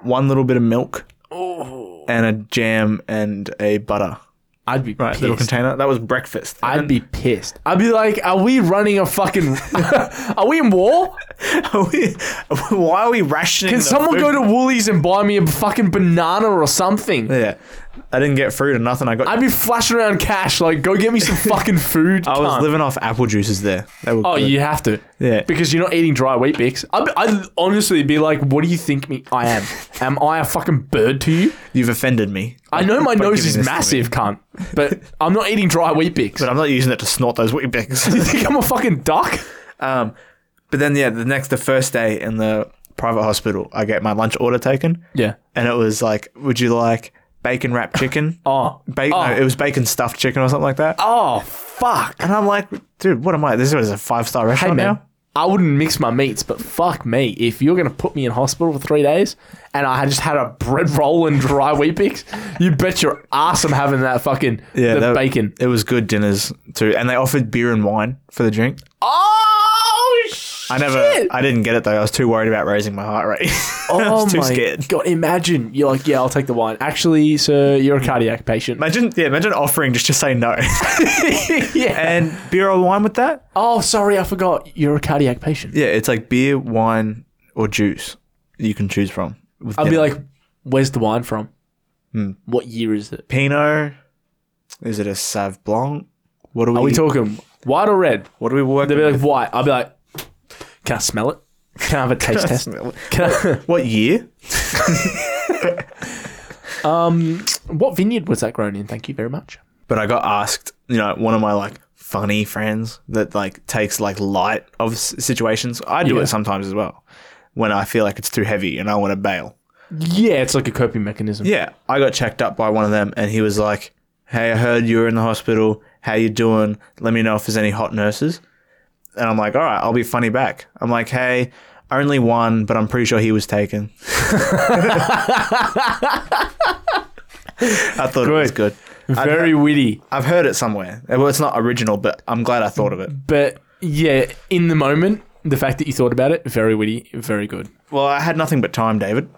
Speaker 2: one little bit of milk,
Speaker 1: Oh.
Speaker 2: and a jam and a butter.
Speaker 1: I'd be
Speaker 2: Right, little
Speaker 1: pissed.
Speaker 2: container. That was breakfast. (laughs)
Speaker 1: I'd be pissed. I'd be like, are we running a fucking? (laughs) are we in war?
Speaker 2: Are we- why are we rationing?
Speaker 1: Can
Speaker 2: the
Speaker 1: someone
Speaker 2: food?
Speaker 1: go to Woolies and buy me a fucking banana or something?
Speaker 2: Yeah, I didn't get fruit or nothing. I got.
Speaker 1: I'd be flashing around cash like, go get me
Speaker 2: (laughs)
Speaker 1: some fucking food.
Speaker 2: I was
Speaker 1: cunt.
Speaker 2: living off apple juices there. They were
Speaker 1: Oh,
Speaker 2: good.
Speaker 1: you have to.
Speaker 2: Yeah.
Speaker 1: Because you're not eating dry wheat bix. I'd, I'd honestly be like, what do you think me I
Speaker 2: (laughs)
Speaker 1: am? am I a fucking bird to you?
Speaker 2: You've offended me.
Speaker 1: I know my
Speaker 2: By
Speaker 1: nose
Speaker 2: giving
Speaker 1: is
Speaker 2: this to me.
Speaker 1: massive, cunt, but I'm not eating dry wheat bix.
Speaker 2: but I'm not using it to snort those wheat bags.
Speaker 1: (laughs) You think I'm a fucking duck?
Speaker 2: Um, but then yeah, the next the first day in the private hospital, I get my lunch order taken,
Speaker 1: Yeah.
Speaker 2: and it was like, would you like bacon wrapped chicken?
Speaker 1: (laughs) Oh.
Speaker 2: Bacon,
Speaker 1: Oh.
Speaker 2: no, it was bacon stuffed chicken or something like that.
Speaker 1: Oh, fuck.
Speaker 2: And I'm like, dude, what am I? This is a five star
Speaker 1: Hey,
Speaker 2: restaurant
Speaker 1: man.
Speaker 2: now.
Speaker 1: I wouldn't mix my meats, but fuck me. If you're going to put me in hospital for three days and I had just had a bread roll and dry wheat bix, you bet your ass I'm having that fucking
Speaker 2: Yeah,
Speaker 1: the
Speaker 2: that-
Speaker 1: bacon.
Speaker 2: It was good dinners too, and they offered beer and wine for the drink.
Speaker 1: Oh, shit.
Speaker 2: I never, I didn't get it though. I was too worried about raising my heart rate. (laughs) I
Speaker 1: Oh
Speaker 2: was too scared.
Speaker 1: God, imagine you're like, yeah, I'll take the wine. Actually, sir, you're a cardiac patient.
Speaker 2: Imagine, yeah, imagine offering just to say no.
Speaker 1: (laughs) yeah.
Speaker 2: and beer or wine with that?
Speaker 1: Oh, sorry, I forgot. You're a cardiac patient.
Speaker 2: Yeah, it's like beer, wine, or juice that you can choose from. With
Speaker 1: I'd be
Speaker 2: dinner.
Speaker 1: like, where's the wine from?
Speaker 2: Hmm.
Speaker 1: What year is it?
Speaker 2: Pinot. Is it a Sav Blanc? What are we?
Speaker 1: Are we talking white or red?
Speaker 2: what are we working?
Speaker 1: They'd be like white. I'd be like, can I smell it? Can I have a taste test? Can (laughs) I,
Speaker 2: what year?
Speaker 1: what vineyard was that grown in? Thank you very much.
Speaker 2: But I got asked, you know, one of my like funny friends that like takes like light of s- situations. I do
Speaker 1: Yeah.
Speaker 2: it sometimes as well when I feel like it's too heavy and I want to bail.
Speaker 1: Yeah, it's like a coping mechanism.
Speaker 2: Yeah, I got checked up by one of them, and he was like, "Hey, I heard you were in the hospital. How you doing? Let me know if there's any hot nurses." And I'm like, "All right, I'll be funny back." I'm like, "Hey, only one, but I'm pretty sure he was taken." (laughs) I thought it was good.
Speaker 1: Very witty.
Speaker 2: I've heard it somewhere. Well, it's not original, but I'm glad I thought of it.
Speaker 1: But yeah, in the moment, the fact that you thought about it, very witty, very good.
Speaker 2: Well, I had nothing but time, David.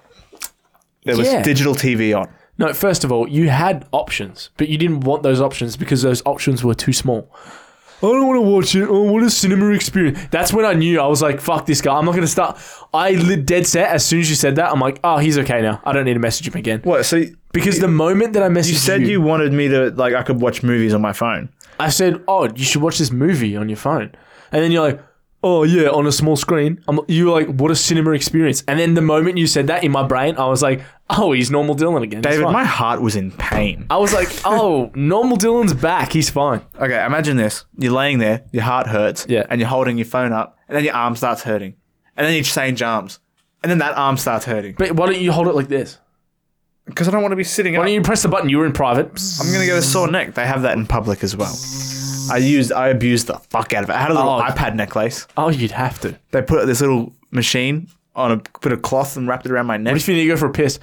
Speaker 2: There was
Speaker 1: Yeah.
Speaker 2: digital TV on.
Speaker 1: No, first of all, you had options, but you didn't want those options because those options were too small. I don't want to watch it. I want a cinema experience. That's when I knew I was like, "Fuck this guy." I'm not going to start. I li- dead set as soon as you said that. I'm like, "Oh, he's okay now. I don't need to message him again."
Speaker 2: What? So you
Speaker 1: Because the moment that I messaged you,
Speaker 2: said you wanted me to like I could watch movies on my phone.
Speaker 1: I said, "Oh, you should watch this movie on your phone," and then you're like, "Oh yeah, on a small screen." I'm, you were like, "What a cinema experience!" And then the moment you said that in my brain, I was like, "Oh, he's normal Dylan again." It's
Speaker 2: David,
Speaker 1: fine."
Speaker 2: my heart was in pain.
Speaker 1: I was like, "Oh, normal Dylan's back. He's fine."
Speaker 2: Okay, imagine this. You're laying there, your heart hurts,
Speaker 1: Yeah.
Speaker 2: and you're holding your phone up, and then your arm starts hurting. And then you change arms. And then that arm starts hurting.
Speaker 1: But why don't you hold it like this?
Speaker 2: Because I don't want to be sitting up.
Speaker 1: Why don't you press the button? You were in private. Psst.
Speaker 2: I'm going to get a sore neck. They have that in public as well. I used, I abused the fuck out of it. I had a little
Speaker 1: Oh.
Speaker 2: iPad necklace.
Speaker 1: Oh, you'd have to. What
Speaker 2: They put this little machine on a bit of cloth and wrapped it around my neck.
Speaker 1: if you need to go for a piss?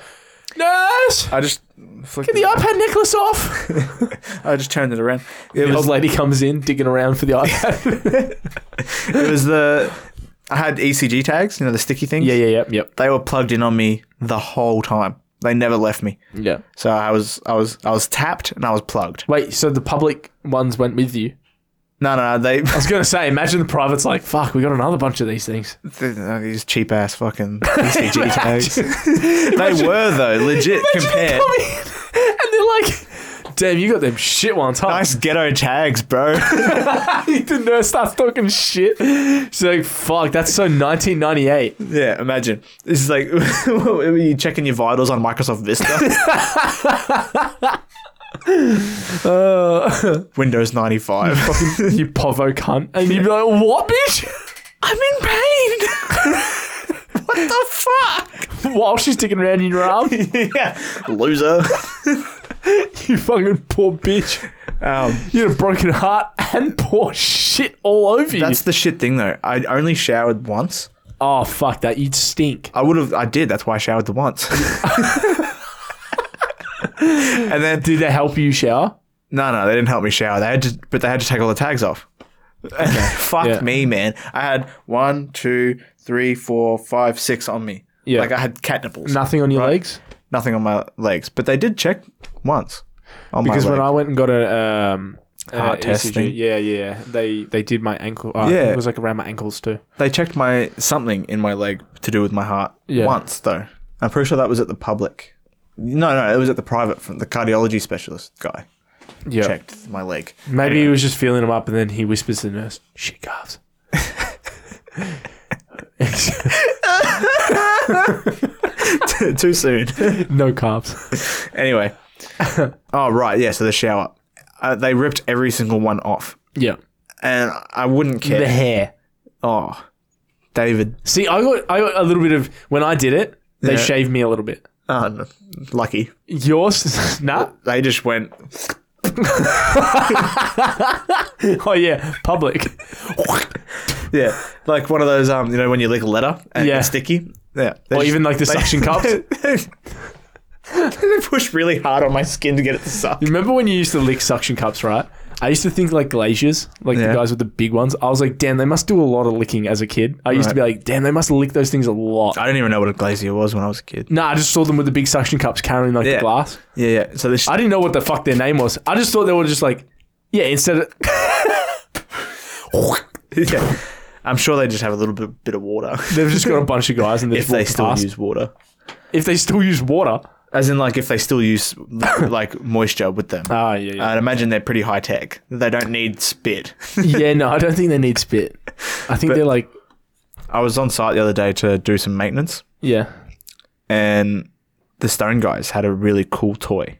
Speaker 1: Nurse,
Speaker 2: I just flicked
Speaker 1: get the iPad necklace off.
Speaker 2: I just turned it around. It
Speaker 1: The old
Speaker 2: was,
Speaker 1: lady comes in, digging around for the (laughs) iPad.
Speaker 2: it was the, I had ECG tags, you know, the sticky things.
Speaker 1: yeah, yeah, yeah, yep,
Speaker 2: They were plugged in on me the whole time. They never left me.
Speaker 1: yeah.
Speaker 2: So I was I was I was tapped and I was plugged.
Speaker 1: Wait, so the public ones went with you?
Speaker 2: No, no, no they (laughs)
Speaker 1: I was gonna say, imagine the privates like, fuck, we got another bunch of these things.
Speaker 2: these cheap ass fucking (laughs) ECG tags. they were though legit compared.
Speaker 1: Come in, (laughs) and they're like, damn, you got them shit ones, huh?
Speaker 2: Nice ghetto tags,
Speaker 1: (laughs)
Speaker 2: bro. (laughs)
Speaker 1: the nurse starts talking shit. She's like, fuck, that's so 1998.
Speaker 2: yeah, imagine this is like (laughs) you checking your vitals on Microsoft (laughs) Vista,
Speaker 1: Uh,
Speaker 2: Windows ninety five. (laughs)
Speaker 1: (laughs) you povo cunt. And you'd be like, what, bitch?
Speaker 2: I'm in pain. what the fuck?
Speaker 1: (laughs) while she's sticking around in your arm.
Speaker 2: (laughs) yeah, loser.
Speaker 1: you fucking poor bitch.
Speaker 2: Um,
Speaker 1: You had a broken heart and pour shit all over you.
Speaker 2: that's the shit thing though. I only showered once.
Speaker 1: oh fuck that. You'd stink.
Speaker 2: I would have. I did. That's why I showered the once. (laughs) and then
Speaker 1: Did they help you shower?
Speaker 2: no, no, they didn't help me shower. They had to, but they had to take all the tags off. (laughs) Fuck
Speaker 1: Yeah.
Speaker 2: me, man. I had one, two, three, four, five, six on me.
Speaker 1: Yeah.
Speaker 2: like I had cat nipples.
Speaker 1: Nothing on your legs?
Speaker 2: Nothing on my legs, but they did check once. On
Speaker 1: Because
Speaker 2: my
Speaker 1: when
Speaker 2: leg.
Speaker 1: I went and got a um,
Speaker 2: Heart
Speaker 1: uh,
Speaker 2: test
Speaker 1: ECG,
Speaker 2: thing?
Speaker 1: yeah, yeah, they they did my ankle. Uh,
Speaker 2: Yeah.
Speaker 1: it was like around my ankles too.
Speaker 2: They checked my something in my leg to do with my heart
Speaker 1: Yeah.
Speaker 2: once though. I'm pretty sure that was at the public. No, no, it was at the private from the cardiology specialist guy
Speaker 1: Yeah,
Speaker 2: checked my leg. (laughs)
Speaker 1: maybe he was just feeling them up, and then he whispers to the nurse, "She
Speaker 2: (laughs)
Speaker 1: (laughs) coughs."
Speaker 2: Too soon. (laughs)
Speaker 1: no carbs. (laughs)
Speaker 2: anyway. oh right, yeah. So the shower, uh, they ripped every single one off,
Speaker 1: Yeah,
Speaker 2: and I wouldn't care.
Speaker 1: the (laughs) hair.
Speaker 2: oh, David,
Speaker 1: See, I got I got a little bit of when I did it. They
Speaker 2: Yeah.
Speaker 1: shaved me a little bit.
Speaker 2: oh, no, lucky.
Speaker 1: Yours, (laughs) nah.
Speaker 2: They just went.
Speaker 1: Oh yeah, public.
Speaker 2: Yeah, like one of those. Um, you know when you lick a letter and
Speaker 1: Yeah.
Speaker 2: it's sticky. Yeah, they
Speaker 1: or
Speaker 2: just-
Speaker 1: even like the
Speaker 2: they- (laughs)
Speaker 1: suction cups.
Speaker 2: they push really hard on my skin to get it to suck.
Speaker 1: Remember when you used to lick suction cups, right? I used to think like glaciers, like
Speaker 2: Yeah.
Speaker 1: the guys with the big ones. I was like, damn, they must do a lot of licking as a kid. I used to be
Speaker 2: Right.
Speaker 1: like, damn, they must lick those things a lot.
Speaker 2: I don't even know what a glazier was when I was a kid.
Speaker 1: Nah, I just saw them with the big suction cups carrying like
Speaker 2: Yeah.
Speaker 1: the glass.
Speaker 2: Yeah, yeah. So this
Speaker 1: I didn't know what the fuck their name was. I just thought they were just like, yeah, instead of.
Speaker 2: (laughs)
Speaker 1: (laughs)
Speaker 2: yeah. I'm sure they just have a little bit, bit of water
Speaker 1: They've
Speaker 2: (laughs)
Speaker 1: just got a bunch of guys and
Speaker 2: if they still
Speaker 1: past.
Speaker 2: use water.
Speaker 1: if they still use water.
Speaker 2: As in, like if they still use (laughs) like moisture with them.
Speaker 1: Ah, yeah, yeah.
Speaker 2: I'd imagine they're pretty high tech. They don't need spit.
Speaker 1: (laughs)
Speaker 2: (laughs)
Speaker 1: yeah, no, I don't think they need spit. I think they're like,
Speaker 2: I was on site the other day to do some maintenance,
Speaker 1: yeah.
Speaker 2: and the stone guys had a really cool toy.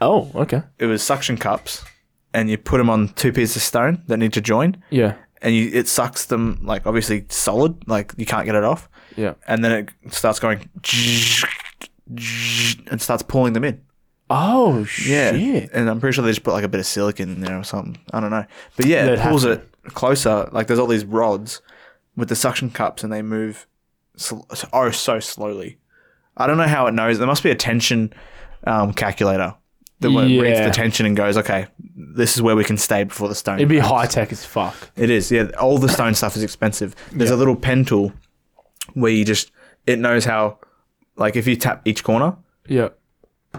Speaker 1: Oh, okay.
Speaker 2: It was suction cups, and you put them on two pieces of stone that need to join,
Speaker 1: Yeah,
Speaker 2: and you, it sucks them like obviously solid, like you can't get it off,
Speaker 1: yeah.
Speaker 2: and then it starts going and starts pulling them in.
Speaker 1: Oh, shit.
Speaker 2: and I'm pretty sure they just put like a bit of silicon in there or something. I don't know, but yeah,
Speaker 1: They'd
Speaker 2: it pulls
Speaker 1: have
Speaker 2: it closer. Like there's all these rods with the suction cups, and they move sl- oh so slowly. I don't know how it knows. There must be a tension um, calculator that when it reads
Speaker 1: Yeah.
Speaker 2: the tension and goes, okay, this is where we can stay before the stone.
Speaker 1: It'd be high tech as fuck.
Speaker 2: It is, yeah. All the stone stuff is expensive. There's a little pen tool where you just it knows how, like if you tap each corner,
Speaker 1: Yeah.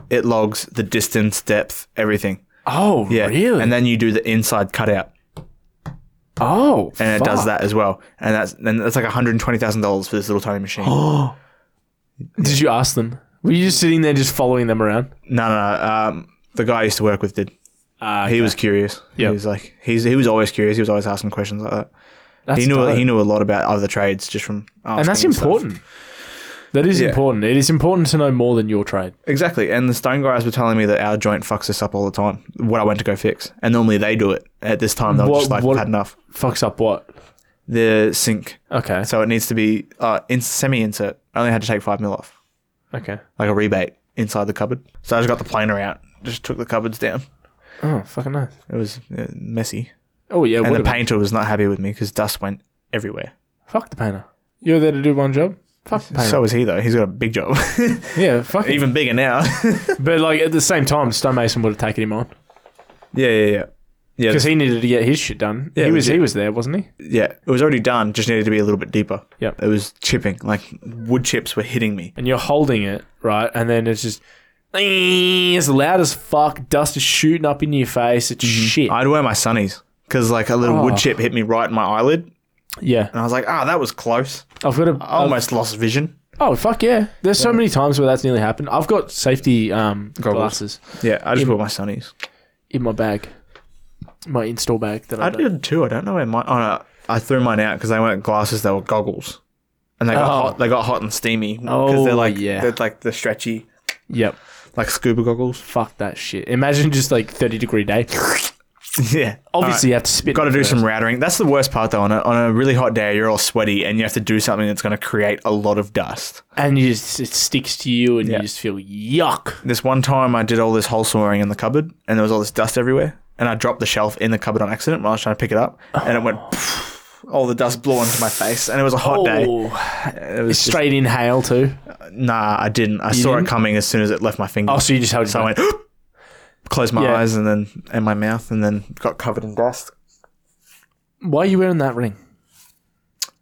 Speaker 2: it logs the distance, depth, everything.
Speaker 1: Oh,
Speaker 2: Yeah,
Speaker 1: really?
Speaker 2: And then you do the inside cutout,
Speaker 1: oh,
Speaker 2: and it does
Speaker 1: fuck.
Speaker 2: that as well. And that's then that's like one hundred twenty thousand dollars for this little tiny
Speaker 1: (gasps)
Speaker 2: machine. no,
Speaker 1: Did you ask them? Were you just sitting there, just following them around?
Speaker 2: no, no. Um, the guy I used to work with did.
Speaker 1: Uh,
Speaker 2: He was curious.
Speaker 1: Yep.
Speaker 2: He was like he's he was always curious. He was always asking questions like that. he knew he knew a lot about other trades just from asking
Speaker 1: and that's
Speaker 2: him stuff.
Speaker 1: important. That is
Speaker 2: Yeah.
Speaker 1: important. It is important to know more than your trade.
Speaker 2: Exactly. And the stone guys were telling me that our joint fucks us up all the time. What I went to go fix. And normally they do it. At this time, they were
Speaker 1: What-
Speaker 2: just like,
Speaker 1: what-
Speaker 2: I've had enough.
Speaker 1: Fucks up what?
Speaker 2: The sink.
Speaker 1: Okay.
Speaker 2: So it needs to be uh, in semi insert. I only had to take five mil off,
Speaker 1: Okay.
Speaker 2: like a rebate inside the cupboard. So I just got the planer out, just took the cupboards down.
Speaker 1: Oh, fucking nice.
Speaker 2: It was uh, messy.
Speaker 1: Oh yeah.
Speaker 2: And
Speaker 1: what
Speaker 2: the painter was not happy with me because dust went everywhere.
Speaker 1: Fuck the painter. You're there to do one job. Fuck the painter.
Speaker 2: So was he, though. He's got a big job. (laughs)
Speaker 1: yeah. Fuck. Even.
Speaker 2: Even bigger now. (laughs)
Speaker 1: But like at the same time, stonemason would have taken him on
Speaker 2: yeah, yeah, yeah. Yeah,
Speaker 1: because he needed to get his shit done.
Speaker 2: Yeah,
Speaker 1: he was
Speaker 2: legit.
Speaker 1: he was there, wasn't he?
Speaker 2: yeah, it was already done, just needed to be a little bit deeper.
Speaker 1: Yep.
Speaker 2: It was chipping, like wood chips were hitting me.
Speaker 1: and you're holding it right, and then it's just it's loud as fuck. Dust is shooting up into your face. It's shit.
Speaker 2: I'd wear my sunnies because like a little
Speaker 1: Oh.
Speaker 2: wood chip hit me right in my eyelid,
Speaker 1: yeah,
Speaker 2: and I was like, "Ah, that was close.
Speaker 1: I've got a
Speaker 2: I almost lost vision."
Speaker 1: oh fuck yeah. There's so many times where that's nearly happened. I've got safety um,
Speaker 2: Goggles.
Speaker 1: glasses
Speaker 2: Yeah, I just wore my sunnies.
Speaker 1: in my bag, my install bag that I,
Speaker 2: I
Speaker 1: don't.
Speaker 2: did too. I don't know where my. Oh no, I threw mine out because they weren't glasses; they were goggles, and they got
Speaker 1: Oh.
Speaker 2: hot. They got hot and steamy
Speaker 1: Oh,
Speaker 2: they're like
Speaker 1: yeah.
Speaker 2: they're like the stretchy
Speaker 1: Yep,
Speaker 2: like scuba
Speaker 1: (laughs)
Speaker 2: goggles. (laughs)
Speaker 1: fuck that shit. Imagine just like 30 degree day.
Speaker 2: yeah.
Speaker 1: Obviously, you have to spit.
Speaker 2: Got to
Speaker 1: it
Speaker 2: do
Speaker 1: first.
Speaker 2: some routering. That's the worst part, though. On a, on a really hot day, you're all sweaty and you have to do something that's going to create a lot of dust.
Speaker 1: and you just, it sticks to you, and
Speaker 2: Yeah.
Speaker 1: you just feel yuck.
Speaker 2: This one time, I did all this hole sawing in the cupboard and there was all this dust everywhere. And I dropped the shelf in the cupboard on accident while I was trying to pick it up. And it
Speaker 1: (sighs)
Speaker 2: went, all the dust blew onto my face. And it was a hot day.
Speaker 1: Oh,
Speaker 2: It was just-
Speaker 1: straight inhale too.
Speaker 2: nah, I didn't. I saw
Speaker 1: didn't?
Speaker 2: it coming as soon as it left my finger.
Speaker 1: Oh, so you just held.
Speaker 2: So I went, closed my
Speaker 1: Yeah.
Speaker 2: eyes and then and my mouth and then got covered in dust.
Speaker 1: Why are you wearing that ring?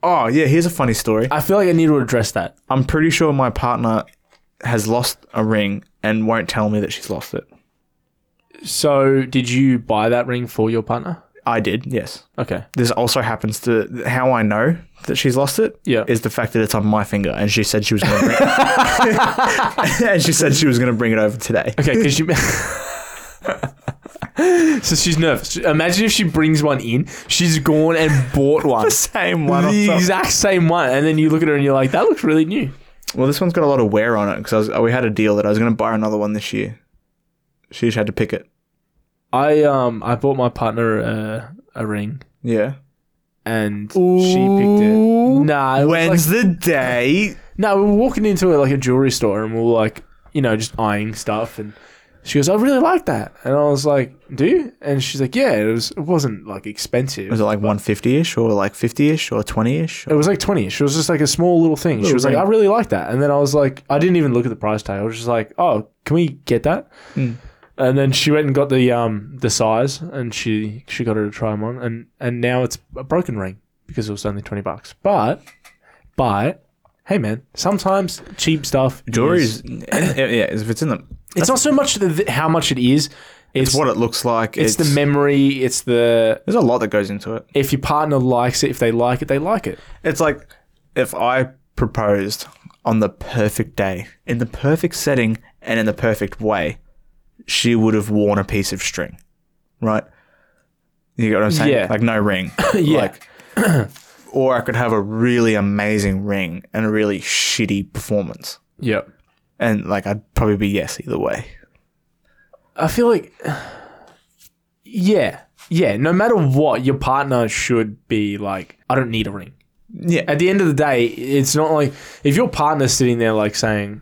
Speaker 2: Oh yeah, here's a funny story.
Speaker 1: I feel like I need to address that.
Speaker 2: I'm pretty sure my partner has lost a ring and won't tell me that she's lost it.
Speaker 1: So, did you buy that ring for your partner?
Speaker 2: I did, yes.
Speaker 1: Okay.
Speaker 2: This also happens to how I know that she's lost it is
Speaker 1: Yeah.
Speaker 2: the fact that it's on my finger, and she said she was going to bring (laughs) and she said she was going to bring it over today.
Speaker 1: Okay, because you. (laughs) so she's nervous. Imagine if she brings one in, she's gone and
Speaker 2: (laughs)
Speaker 1: bought one.
Speaker 2: Same one. off
Speaker 1: the
Speaker 2: the-
Speaker 1: exact same one. And then you look at her and you're like, that looks really new.
Speaker 2: Well, this one's got a lot of wear on it because we had a deal that I was going to buy another one this year. She just had to pick it.
Speaker 1: I um I bought my partner a, a ring
Speaker 2: Yeah.
Speaker 1: and she picked it. Nah, it was like-
Speaker 2: the day?
Speaker 1: no, we were walking into like a jewelry store and we were like, you know, just eyeing stuff and she goes, I really like that. And I was like, Do you? And she's like, Yeah, it was it wasn't like expensive.
Speaker 2: Was it like 150 ish or like 50 ish or 20 ish?
Speaker 1: It was like 20. She was just like a small little thing. she
Speaker 2: Little
Speaker 1: was
Speaker 2: ring.
Speaker 1: like, I really like that. And then I was like, I didn't even look at the price tag. I was just like, oh, can we get that?
Speaker 2: Mm.
Speaker 1: And then she went and got the um the size and she she got her to try them on. And, and now it's a broken ring because it was only 20 bucks. But, but, hey man, sometimes cheap stuff. is-
Speaker 2: Jewelry's, (clears throat) yeah, if it's in the,
Speaker 1: It's not so much the, the- how much it is, it's,
Speaker 2: it's what it looks like. It's,
Speaker 1: it's the memory, it's the.
Speaker 2: there's a lot that goes into it.
Speaker 1: If your partner likes it, if they like it, they like it.
Speaker 2: It's like if I proposed on the perfect day, in the perfect setting, and in the perfect way, she would have worn a piece of string, right? You get what I'm saying?
Speaker 1: Yeah.
Speaker 2: Like no ring.
Speaker 1: (laughs) Yeah.
Speaker 2: Like, (clears throat) or I could have a really amazing ring and a really shitty performance,
Speaker 1: Yep.
Speaker 2: and like I'd probably be yes either way.
Speaker 1: I feel like, yeah, yeah. No matter what, your partner should be like, I don't need a ring.
Speaker 2: Yeah.
Speaker 1: At the end of the day, it's not like if your partner's sitting there like saying,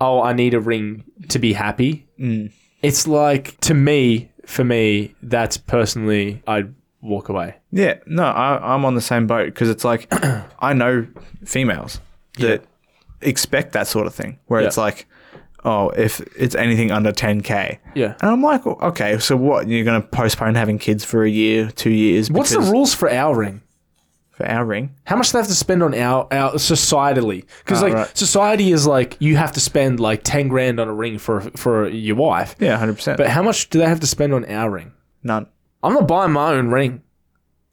Speaker 1: "Oh, I need a ring to be happy."
Speaker 2: Mm.
Speaker 1: It's like to me, for me, that's personally, I'd walk away.
Speaker 2: Yeah, no, I, I'm on the same boat because
Speaker 1: (clears throat)
Speaker 2: it's like I know females that expect that sort of thing, where it's
Speaker 1: Yeah.
Speaker 2: like, oh, if it's anything under 10k,
Speaker 1: Yeah.
Speaker 2: and I'm like, "Oh, okay, so what? You're going to postpone having kids for a year, two years?
Speaker 1: What's the
Speaker 2: because-
Speaker 1: rules for our ring?
Speaker 2: for our ring?
Speaker 1: How much do they have to spend on our, our societally? Because like
Speaker 2: Ah, right.
Speaker 1: society is like you have to spend like ten grand on a ring for for your wife.
Speaker 2: Yeah, 100. percent
Speaker 1: But how much do they have to spend on our ring?
Speaker 2: None.
Speaker 1: I'm not buying my own ring.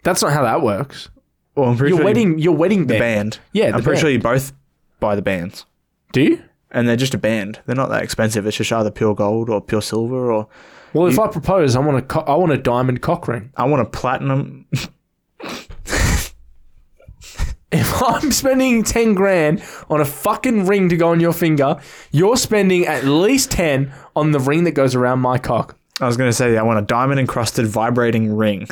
Speaker 1: That's not how that works.
Speaker 2: Well, I'm pretty
Speaker 1: Your
Speaker 2: sure you-
Speaker 1: wedding, your wedding band.
Speaker 2: the band.
Speaker 1: Yeah, the
Speaker 2: I'm pretty
Speaker 1: band.
Speaker 2: sure you both buy the bands,
Speaker 1: Do you?
Speaker 2: and they're just a band. They're not that expensive. It's just either pure gold or pure silver, or
Speaker 1: Well, if I propose, I want a, co- I want a diamond cock ring. (laughs)
Speaker 2: I want a platinum. (laughs)
Speaker 1: If I'm spending ten grand on a fucking ring to go on your finger, you're spending at least ten on the ring that goes around my cock.
Speaker 2: I was going to say I want a diamond encrusted vibrating ring.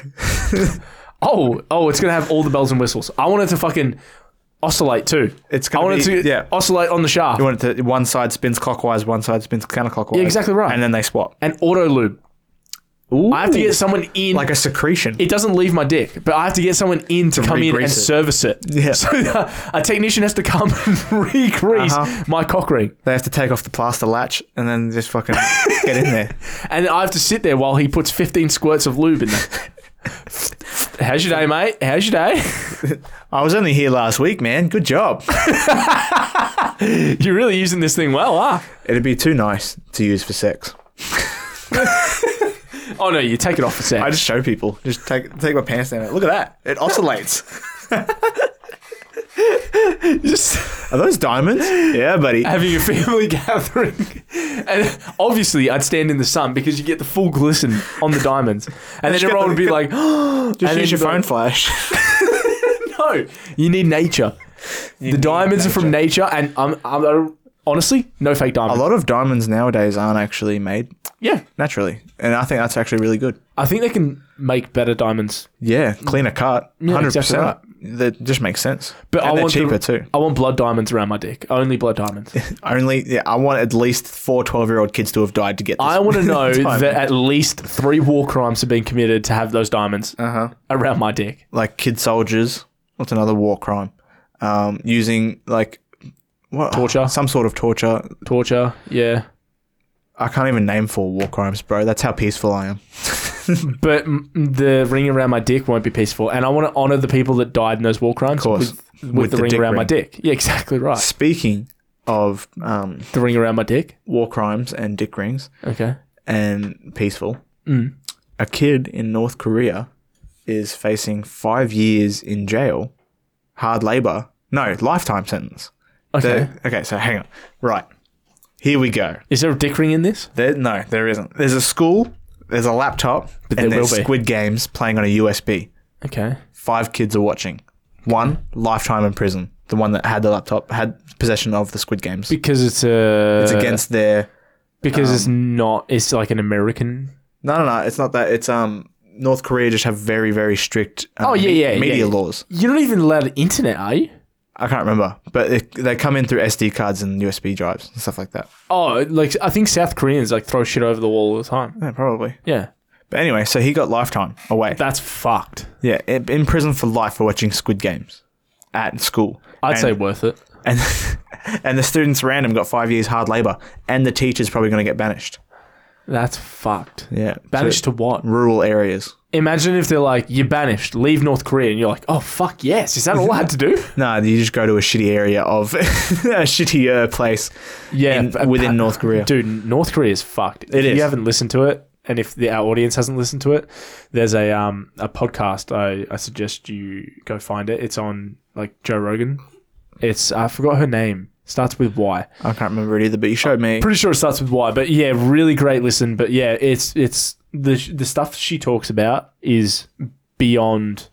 Speaker 1: Oh, oh, it's gonna have all the bells and whistles. I want it to fucking oscillate too.
Speaker 2: It's
Speaker 1: I
Speaker 2: gonna
Speaker 1: want
Speaker 2: be-
Speaker 1: it to
Speaker 2: yeah.
Speaker 1: oscillate on the shaft
Speaker 2: You want it to one side spins clockwise, one side spins counterclockwise.
Speaker 1: Yeah, exactly right.
Speaker 2: And then they swap.
Speaker 1: and auto lube.
Speaker 2: Ooh.
Speaker 1: I have to get someone in
Speaker 2: like a secretion.
Speaker 1: it doesn't leave my dick, but I have to get someone in to, come in and
Speaker 2: re-grease it.
Speaker 1: service it.
Speaker 2: Yeah.
Speaker 1: (laughs) So uh, a technician has to come (laughs) and re-grease
Speaker 2: Uh-huh.
Speaker 1: my cock ring,
Speaker 2: they have to take off the plaster latch and then
Speaker 1: (laughs)
Speaker 2: just fucking get in there.
Speaker 1: and I have to sit there while he puts fifteen squirts of lube
Speaker 2: (laughs)
Speaker 1: in there. How's your day, mate? How's your day? (laughs)
Speaker 2: I was only here last week, man. Good job.
Speaker 1: You're really using this thing well, huh?
Speaker 2: It'd be too nice to use for sex.
Speaker 1: Oh no, you take it off for sex.
Speaker 2: I just show people. Just take take my pants down. Look at that.
Speaker 1: (laughs)
Speaker 2: It oscillates.
Speaker 1: just
Speaker 2: Are those diamonds? Yeah, buddy.
Speaker 1: having a family (laughs) gathering, and obviously I'd stand in the sun because you get the full glisten on the diamonds,
Speaker 2: (laughs)
Speaker 1: and then
Speaker 2: Just get
Speaker 1: everyone
Speaker 2: the-
Speaker 1: would be like, "Oh,
Speaker 2: Just
Speaker 1: and
Speaker 2: use your
Speaker 1: then-
Speaker 2: phone flash.
Speaker 1: No, you need nature. the diamonds are from nature, and I'm, I'm, i honestly no fake
Speaker 2: A
Speaker 1: diamonds.
Speaker 2: lot of diamonds nowadays aren't actually made
Speaker 1: yeah,
Speaker 2: naturally, and I think that's actually really good.
Speaker 1: I think they can make better diamonds.
Speaker 2: Yeah, cleaner cut.
Speaker 1: Yeah,
Speaker 2: Hundred
Speaker 1: exactly
Speaker 2: percent.
Speaker 1: right.
Speaker 2: That just makes sense.
Speaker 1: But
Speaker 2: and
Speaker 1: I
Speaker 2: they're
Speaker 1: want the-
Speaker 2: cheaper too.
Speaker 1: I want blood diamonds around my dick. Only blood
Speaker 2: (laughs)
Speaker 1: diamonds.
Speaker 2: Only yeah, I want at least four 12 year old kids to have died to get. This.
Speaker 1: I want to know
Speaker 2: diamond.
Speaker 1: that at least three war crimes have been committed to have those diamonds
Speaker 2: Uh-huh.
Speaker 1: around my dick.
Speaker 2: (laughs) like kid soldiers. What's another war crime? Um, using like what
Speaker 1: Torture.
Speaker 2: some sort of torture.
Speaker 1: Torture, yeah.
Speaker 2: I can't even name four war crimes, bro. That's how peaceful I am.
Speaker 1: But m- the ring around my dick won't be peaceful. And I want to honor the people that died in those war crimes
Speaker 2: course.
Speaker 1: with, with, the, ring
Speaker 2: dick
Speaker 1: around my
Speaker 2: ring.
Speaker 1: dick. Yeah, (laughs) exactly right.
Speaker 2: Speaking of um,
Speaker 1: The ring around my dick.
Speaker 2: war crimes and dick rings
Speaker 1: Okay.
Speaker 2: and peaceful,
Speaker 1: Mm.
Speaker 2: a kid in North Korea is facing five years in jail, hard labor. No, lifetime sentence.
Speaker 1: Okay.
Speaker 2: The- okay, so hang on. Right. Here we go.
Speaker 1: Is there a dick ring in this?
Speaker 2: There, no, there isn't. There's a school, there's a laptop, and
Speaker 1: there
Speaker 2: there's
Speaker 1: will be.
Speaker 2: Squid Games playing on a USB.
Speaker 1: Okay.
Speaker 2: Five kids are watching. One, lifetime in prison. The one that had the laptop had possession of the Squid Games.
Speaker 1: Because it's a.
Speaker 2: it's against um, their.
Speaker 1: Because it's not. It's like an American.
Speaker 2: No, no, no. It's not that. It's um. North Korea just have very, very strict. Um,
Speaker 1: Oh, yeah,
Speaker 2: me-
Speaker 1: yeah,
Speaker 2: Media
Speaker 1: yeah.
Speaker 2: laws.
Speaker 1: You're not even allowed internet, are you?
Speaker 2: I can't remember, but it, they come in through SD cards and USB drives and stuff like that.
Speaker 1: Oh, like I think South Koreans like throw shit over the wall all the time.
Speaker 2: Yeah, probably.
Speaker 1: Yeah.
Speaker 2: But anyway, so he got lifetime away.
Speaker 1: That's fucked.
Speaker 2: yeah, in in prison for life for watching Squid Games at school.
Speaker 1: I'd
Speaker 2: And-
Speaker 1: say worth it.
Speaker 2: and (laughs) and the students around him got five years hard labor, and the teacher's probably going to get banished.
Speaker 1: That's fucked.
Speaker 2: Yeah,
Speaker 1: Banished to what?
Speaker 2: rural areas.
Speaker 1: Imagine if they're like, you're banished, leave North Korea, and you're like, oh, fuck yes. Is that all I had to do?
Speaker 2: No, you just go to a shitty area of (laughs) a shittier place
Speaker 1: yeah.
Speaker 2: in,
Speaker 1: but-
Speaker 2: within North Korea.
Speaker 1: Dude, North Korea is fucked. If
Speaker 2: is.
Speaker 1: you haven't listened to it, and if the, our audience hasn't listened to it, there's a um a podcast I, I suggest you go find it. It's on like Joe Rogan. It's I forgot her name. Starts with Y.
Speaker 2: I can't remember it either, but you showed me.
Speaker 1: Pretty sure it starts with Y, but yeah, really great listen. But yeah, it's it's the the stuff she talks about is beyond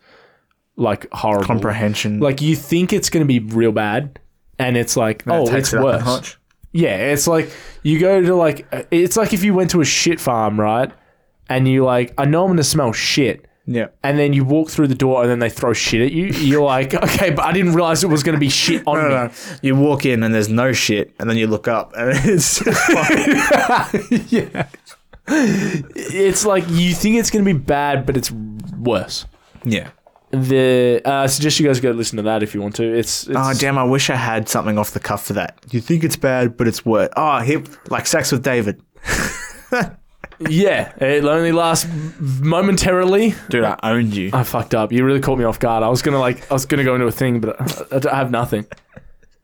Speaker 1: like horrible.
Speaker 2: Comprehension.
Speaker 1: like you think it's going to be real bad, and it's like
Speaker 2: that
Speaker 1: oh, it's
Speaker 2: takes it up a
Speaker 1: worse.
Speaker 2: notch.
Speaker 1: Yeah, it's like you go to like uh, it's like if you went to a shit farm, right? And you like, I know I'm gonna smell shit.
Speaker 2: Yeah,
Speaker 1: And then you walk through the door and then they throw shit at you. You're like, (laughs) okay, but I didn't realize it was gonna be shit on
Speaker 2: (laughs)
Speaker 1: me.
Speaker 2: No, no, no. You walk in and there's no shit, and then you look up and (laughs) it's
Speaker 1: (laughs) yeah. It's like you think it's gonna be bad, but it's worse.
Speaker 2: yeah.
Speaker 1: The uh, I suggest you guys go listen to that if you want to. It's, it's
Speaker 2: Oh damn! I wish I had something off the cuff for that. You think it's bad, but it's worse. Oh, hip like sex with David.
Speaker 1: yeah. It only lasts momentarily.
Speaker 2: Dude, I owned you.
Speaker 1: I fucked up. You really caught me off guard. I was gonna like, I was gonna go into a thing, but I, I don't- I have nothing.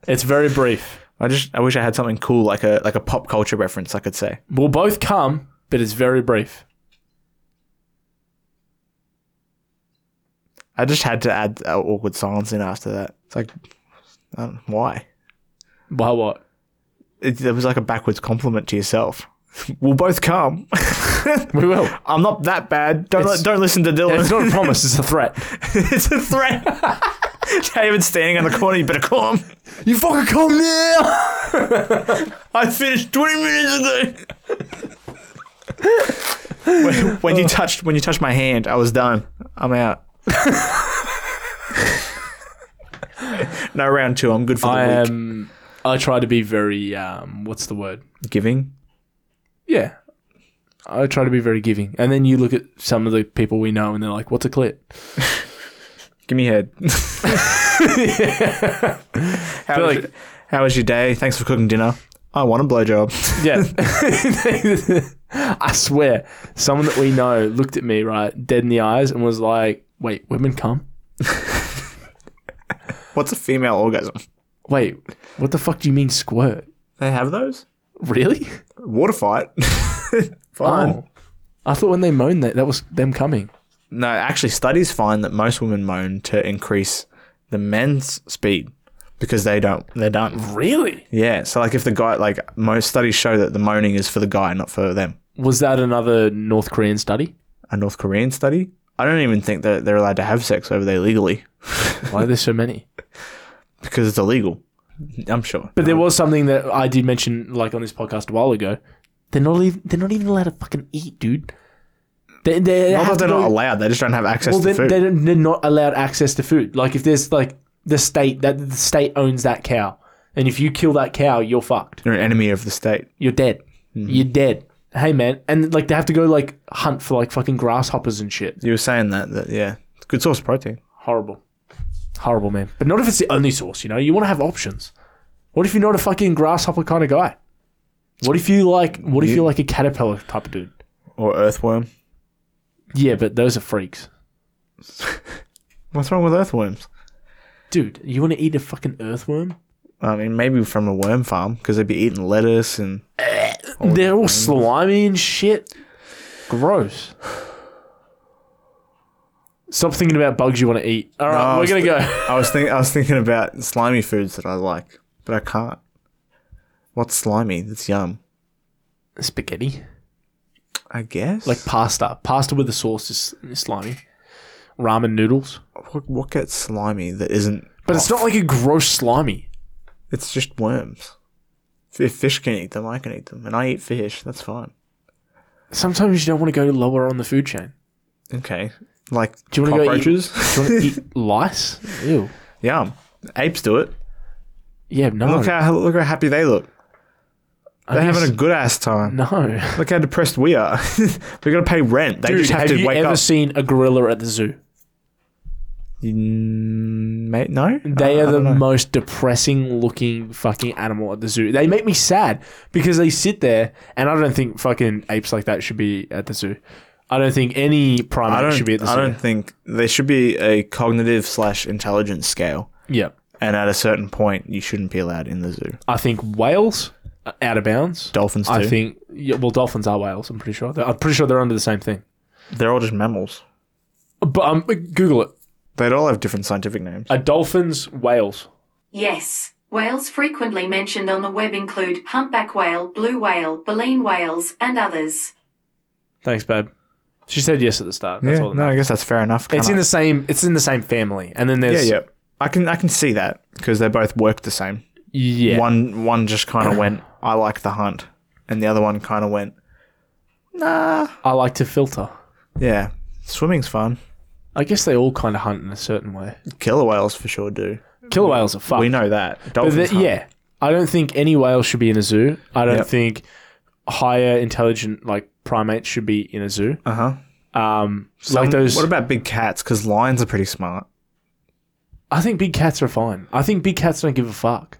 Speaker 1: It's very brief.
Speaker 2: I just I wish I had something cool like a like a pop culture reference I could say.
Speaker 1: We'll both come, but it's very brief.
Speaker 2: I just had to add uh, awkward silence in after that. It's like I don't know why
Speaker 1: Why what?
Speaker 2: it, it was like a backwards compliment to yourself. (laughs) We'll both come. (laughs)
Speaker 1: We will.
Speaker 2: I'm not that bad. Don't
Speaker 1: It's-
Speaker 2: li- don't listen to Dylan.
Speaker 1: It's not a promise. It's a threat.
Speaker 2: (laughs) It's a threat. (laughs) David's standing on the corner. You better call him.
Speaker 1: You fucking come now.
Speaker 2: I finished 20 minutes ago. when, (laughs) when you touched when you touched my hand, I was done. I'm out. no round two. I'm good for the
Speaker 1: I
Speaker 2: week.
Speaker 1: am. I try to be very. Um, what's the word?
Speaker 2: Giving.
Speaker 1: Yeah. I try to be very giving, and then you look at some of the people we know, and they're like, "What's a clit?"
Speaker 2: Give me head. (laughs) how, was
Speaker 1: like-
Speaker 2: your, how was your day? Thanks for cooking dinner. I want a blowjob.
Speaker 1: Yeah. (laughs) I swear, someone that we know looked at me, right, dead in the eyes and was like, wait, women come?
Speaker 2: What's a female orgasm?
Speaker 1: Wait, what the fuck do you mean squirt?
Speaker 2: They have those.
Speaker 1: Really?
Speaker 2: Water fight. (laughs) Fine.
Speaker 1: Oh. I thought when they moaned that that was them coming.
Speaker 2: No, actually, studies find that most women moan to increase the men's speed because they don't. They're done.
Speaker 1: Really?
Speaker 2: Yeah. So, like, if the guy, like, most studies show that the moaning is for the guy, not for them.
Speaker 1: Was that another North Korean study?
Speaker 2: A North Korean study. I don't even think that they're allowed to have sex over there legally
Speaker 1: Why are there so many?
Speaker 2: because it's illegal. I'm sure.
Speaker 1: But there was something that I did mention, like on this podcast a while ago. They're not even they're not even allowed to fucking eat, dude. They, they
Speaker 2: Not
Speaker 1: have
Speaker 2: that
Speaker 1: to
Speaker 2: they're not
Speaker 1: go-
Speaker 2: allowed. They just don't have access
Speaker 1: well,
Speaker 2: to
Speaker 1: they,
Speaker 2: food.
Speaker 1: they don't, they're not allowed access to food. Like if there's like the state that the state owns that cow, and if you kill that cow, you're fucked.
Speaker 2: They're an enemy of the state.
Speaker 1: You're dead. You're dead. Hey man, and like they have to go like hunt for like fucking grasshoppers and shit.
Speaker 2: You were saying that. That yeah, it's a good source of protein.
Speaker 1: Horrible, horrible man. But not if it's the only source. You know, you want to have options. What if you're not a fucking grasshopper kind of guy? What if you like? What if you're like a caterpillar type of dude?
Speaker 2: Or earthworm.
Speaker 1: Yeah, but those are freaks,
Speaker 2: What's wrong with earthworms?
Speaker 1: dude. You want to eat a fucking earthworm?
Speaker 2: I mean, maybe from a worm farm because they'd be eating lettuce and
Speaker 1: They're all slimy and shit. Gross. Stop thinking about bugs you want to eat. All right,
Speaker 2: No, I
Speaker 1: we're
Speaker 2: was
Speaker 1: gonna
Speaker 2: thi-
Speaker 1: go.
Speaker 2: I was think I was thinking about slimy foods that I like, but I can't. What's slimy? That's yum.
Speaker 1: Spaghetti,
Speaker 2: I guess.
Speaker 1: like pasta. Pasta with the sauce is, is slimy. Ramen noodles,
Speaker 2: what, what gets slimy that isn't?
Speaker 1: but it's not like a gross slimy.
Speaker 2: It's just worms. If fish can eat them, I can eat them, and I eat fish. That's fine.
Speaker 1: Sometimes you don't want to go lower on the food chain.
Speaker 2: Okay. Like
Speaker 1: Do you want to go eat, (laughs) do
Speaker 2: cockroaches?
Speaker 1: you want to eat lice? Ew.
Speaker 2: (laughs) Yum. Apes do it.
Speaker 1: Yeah, no.
Speaker 2: Look how look how happy they look. They're
Speaker 1: guess-
Speaker 2: having a good
Speaker 1: (laughs)
Speaker 2: ass time.
Speaker 1: no.
Speaker 2: Look how depressed we are. (laughs) we gotta pay rent. They
Speaker 1: Dude,
Speaker 2: just have,
Speaker 1: have
Speaker 2: to
Speaker 1: you
Speaker 2: wake
Speaker 1: ever
Speaker 2: up.
Speaker 1: seen a gorilla at the zoo?
Speaker 2: Mm, mate, no.
Speaker 1: They
Speaker 2: I
Speaker 1: are the
Speaker 2: don't know.
Speaker 1: most depressing looking fucking animal at the zoo. They make me sad because they sit there, and I don't think fucking apes like that should be at the zoo. I don't think any
Speaker 2: I
Speaker 1: primate
Speaker 2: don't.
Speaker 1: should be at the
Speaker 2: I
Speaker 1: zoo.
Speaker 2: don't think there should be a cognitive slash intelligence scale,
Speaker 1: Yeah,
Speaker 2: and at a certain point, you shouldn't be allowed in the zoo.
Speaker 1: I think whales are out of bounds.
Speaker 2: Dolphins too.
Speaker 1: I think yeah, well, dolphins are whales. I'm pretty sure. They're- I'm pretty sure they're under the same thing.
Speaker 2: they're all just mammals.
Speaker 1: But um, Google it.
Speaker 2: They'd all have different scientific names.
Speaker 1: Are dolphins whales?
Speaker 3: Yes. Whales frequently mentioned on the web include humpback whale, blue whale, baleen whales, and others.
Speaker 1: Thanks, babe. She said yes at the start. That's all. That
Speaker 2: no,
Speaker 1: matters.
Speaker 2: I guess that's fair enough.
Speaker 1: it's
Speaker 2: can't
Speaker 1: in
Speaker 2: I?
Speaker 1: the same. It's in the same family, and then
Speaker 2: yeah,
Speaker 1: there's
Speaker 2: yeah. I can I can see that because they both work the same.
Speaker 1: yeah.
Speaker 2: One one just kind of went, I like the hunt, and the other one kind of went, Nah.
Speaker 1: I like to filter.
Speaker 2: Yeah, swimming's fun.
Speaker 1: I guess they all kind of hunt in a certain way.
Speaker 2: Killer whales for sure do.
Speaker 1: Killer whales are fucked.
Speaker 2: We know that.
Speaker 1: Uh, But
Speaker 2: Dolphins
Speaker 1: the-
Speaker 2: hunt.
Speaker 1: yeah, I don't think any whale should be in a zoo. I don't
Speaker 2: Yep.
Speaker 1: think higher intelligent like primates should be in a zoo.
Speaker 2: Uh huh.
Speaker 1: Um, like those.
Speaker 2: What about big cats? Because lions are pretty smart.
Speaker 1: I think big cats are fine. I think big cats don't give a fuck.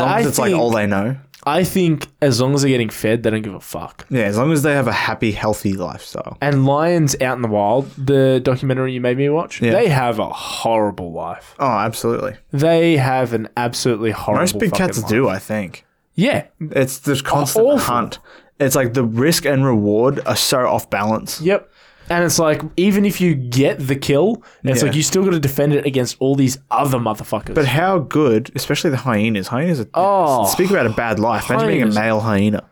Speaker 1: I-
Speaker 2: long as
Speaker 1: I
Speaker 2: it's like
Speaker 1: think-
Speaker 2: all they know.
Speaker 1: I think as long as they're getting fed, they don't give a fuck.
Speaker 2: Yeah, as long as they have a happy, healthy lifestyle.
Speaker 1: And lions out in the wild, the documentary you made me watch,
Speaker 2: Yeah.
Speaker 1: they have a horrible life.
Speaker 2: Oh, absolutely.
Speaker 1: They have an absolutely horrible.
Speaker 2: Most big
Speaker 1: fucking
Speaker 2: cats
Speaker 1: life.
Speaker 2: do, I think.
Speaker 1: Yeah,
Speaker 2: It's this constant
Speaker 1: awful.
Speaker 2: hunt. It's like the risk and reward are so off balance.
Speaker 1: Yep. And it's like, even if you get the kill, it's
Speaker 2: Yeah.
Speaker 1: like you still got to defend it against all these other motherfuckers.
Speaker 2: But how good, especially the hyenas. Hyenas are.
Speaker 1: Oh.
Speaker 2: speak about a bad life. Imagine being a
Speaker 1: Hyenas.
Speaker 2: male hyena.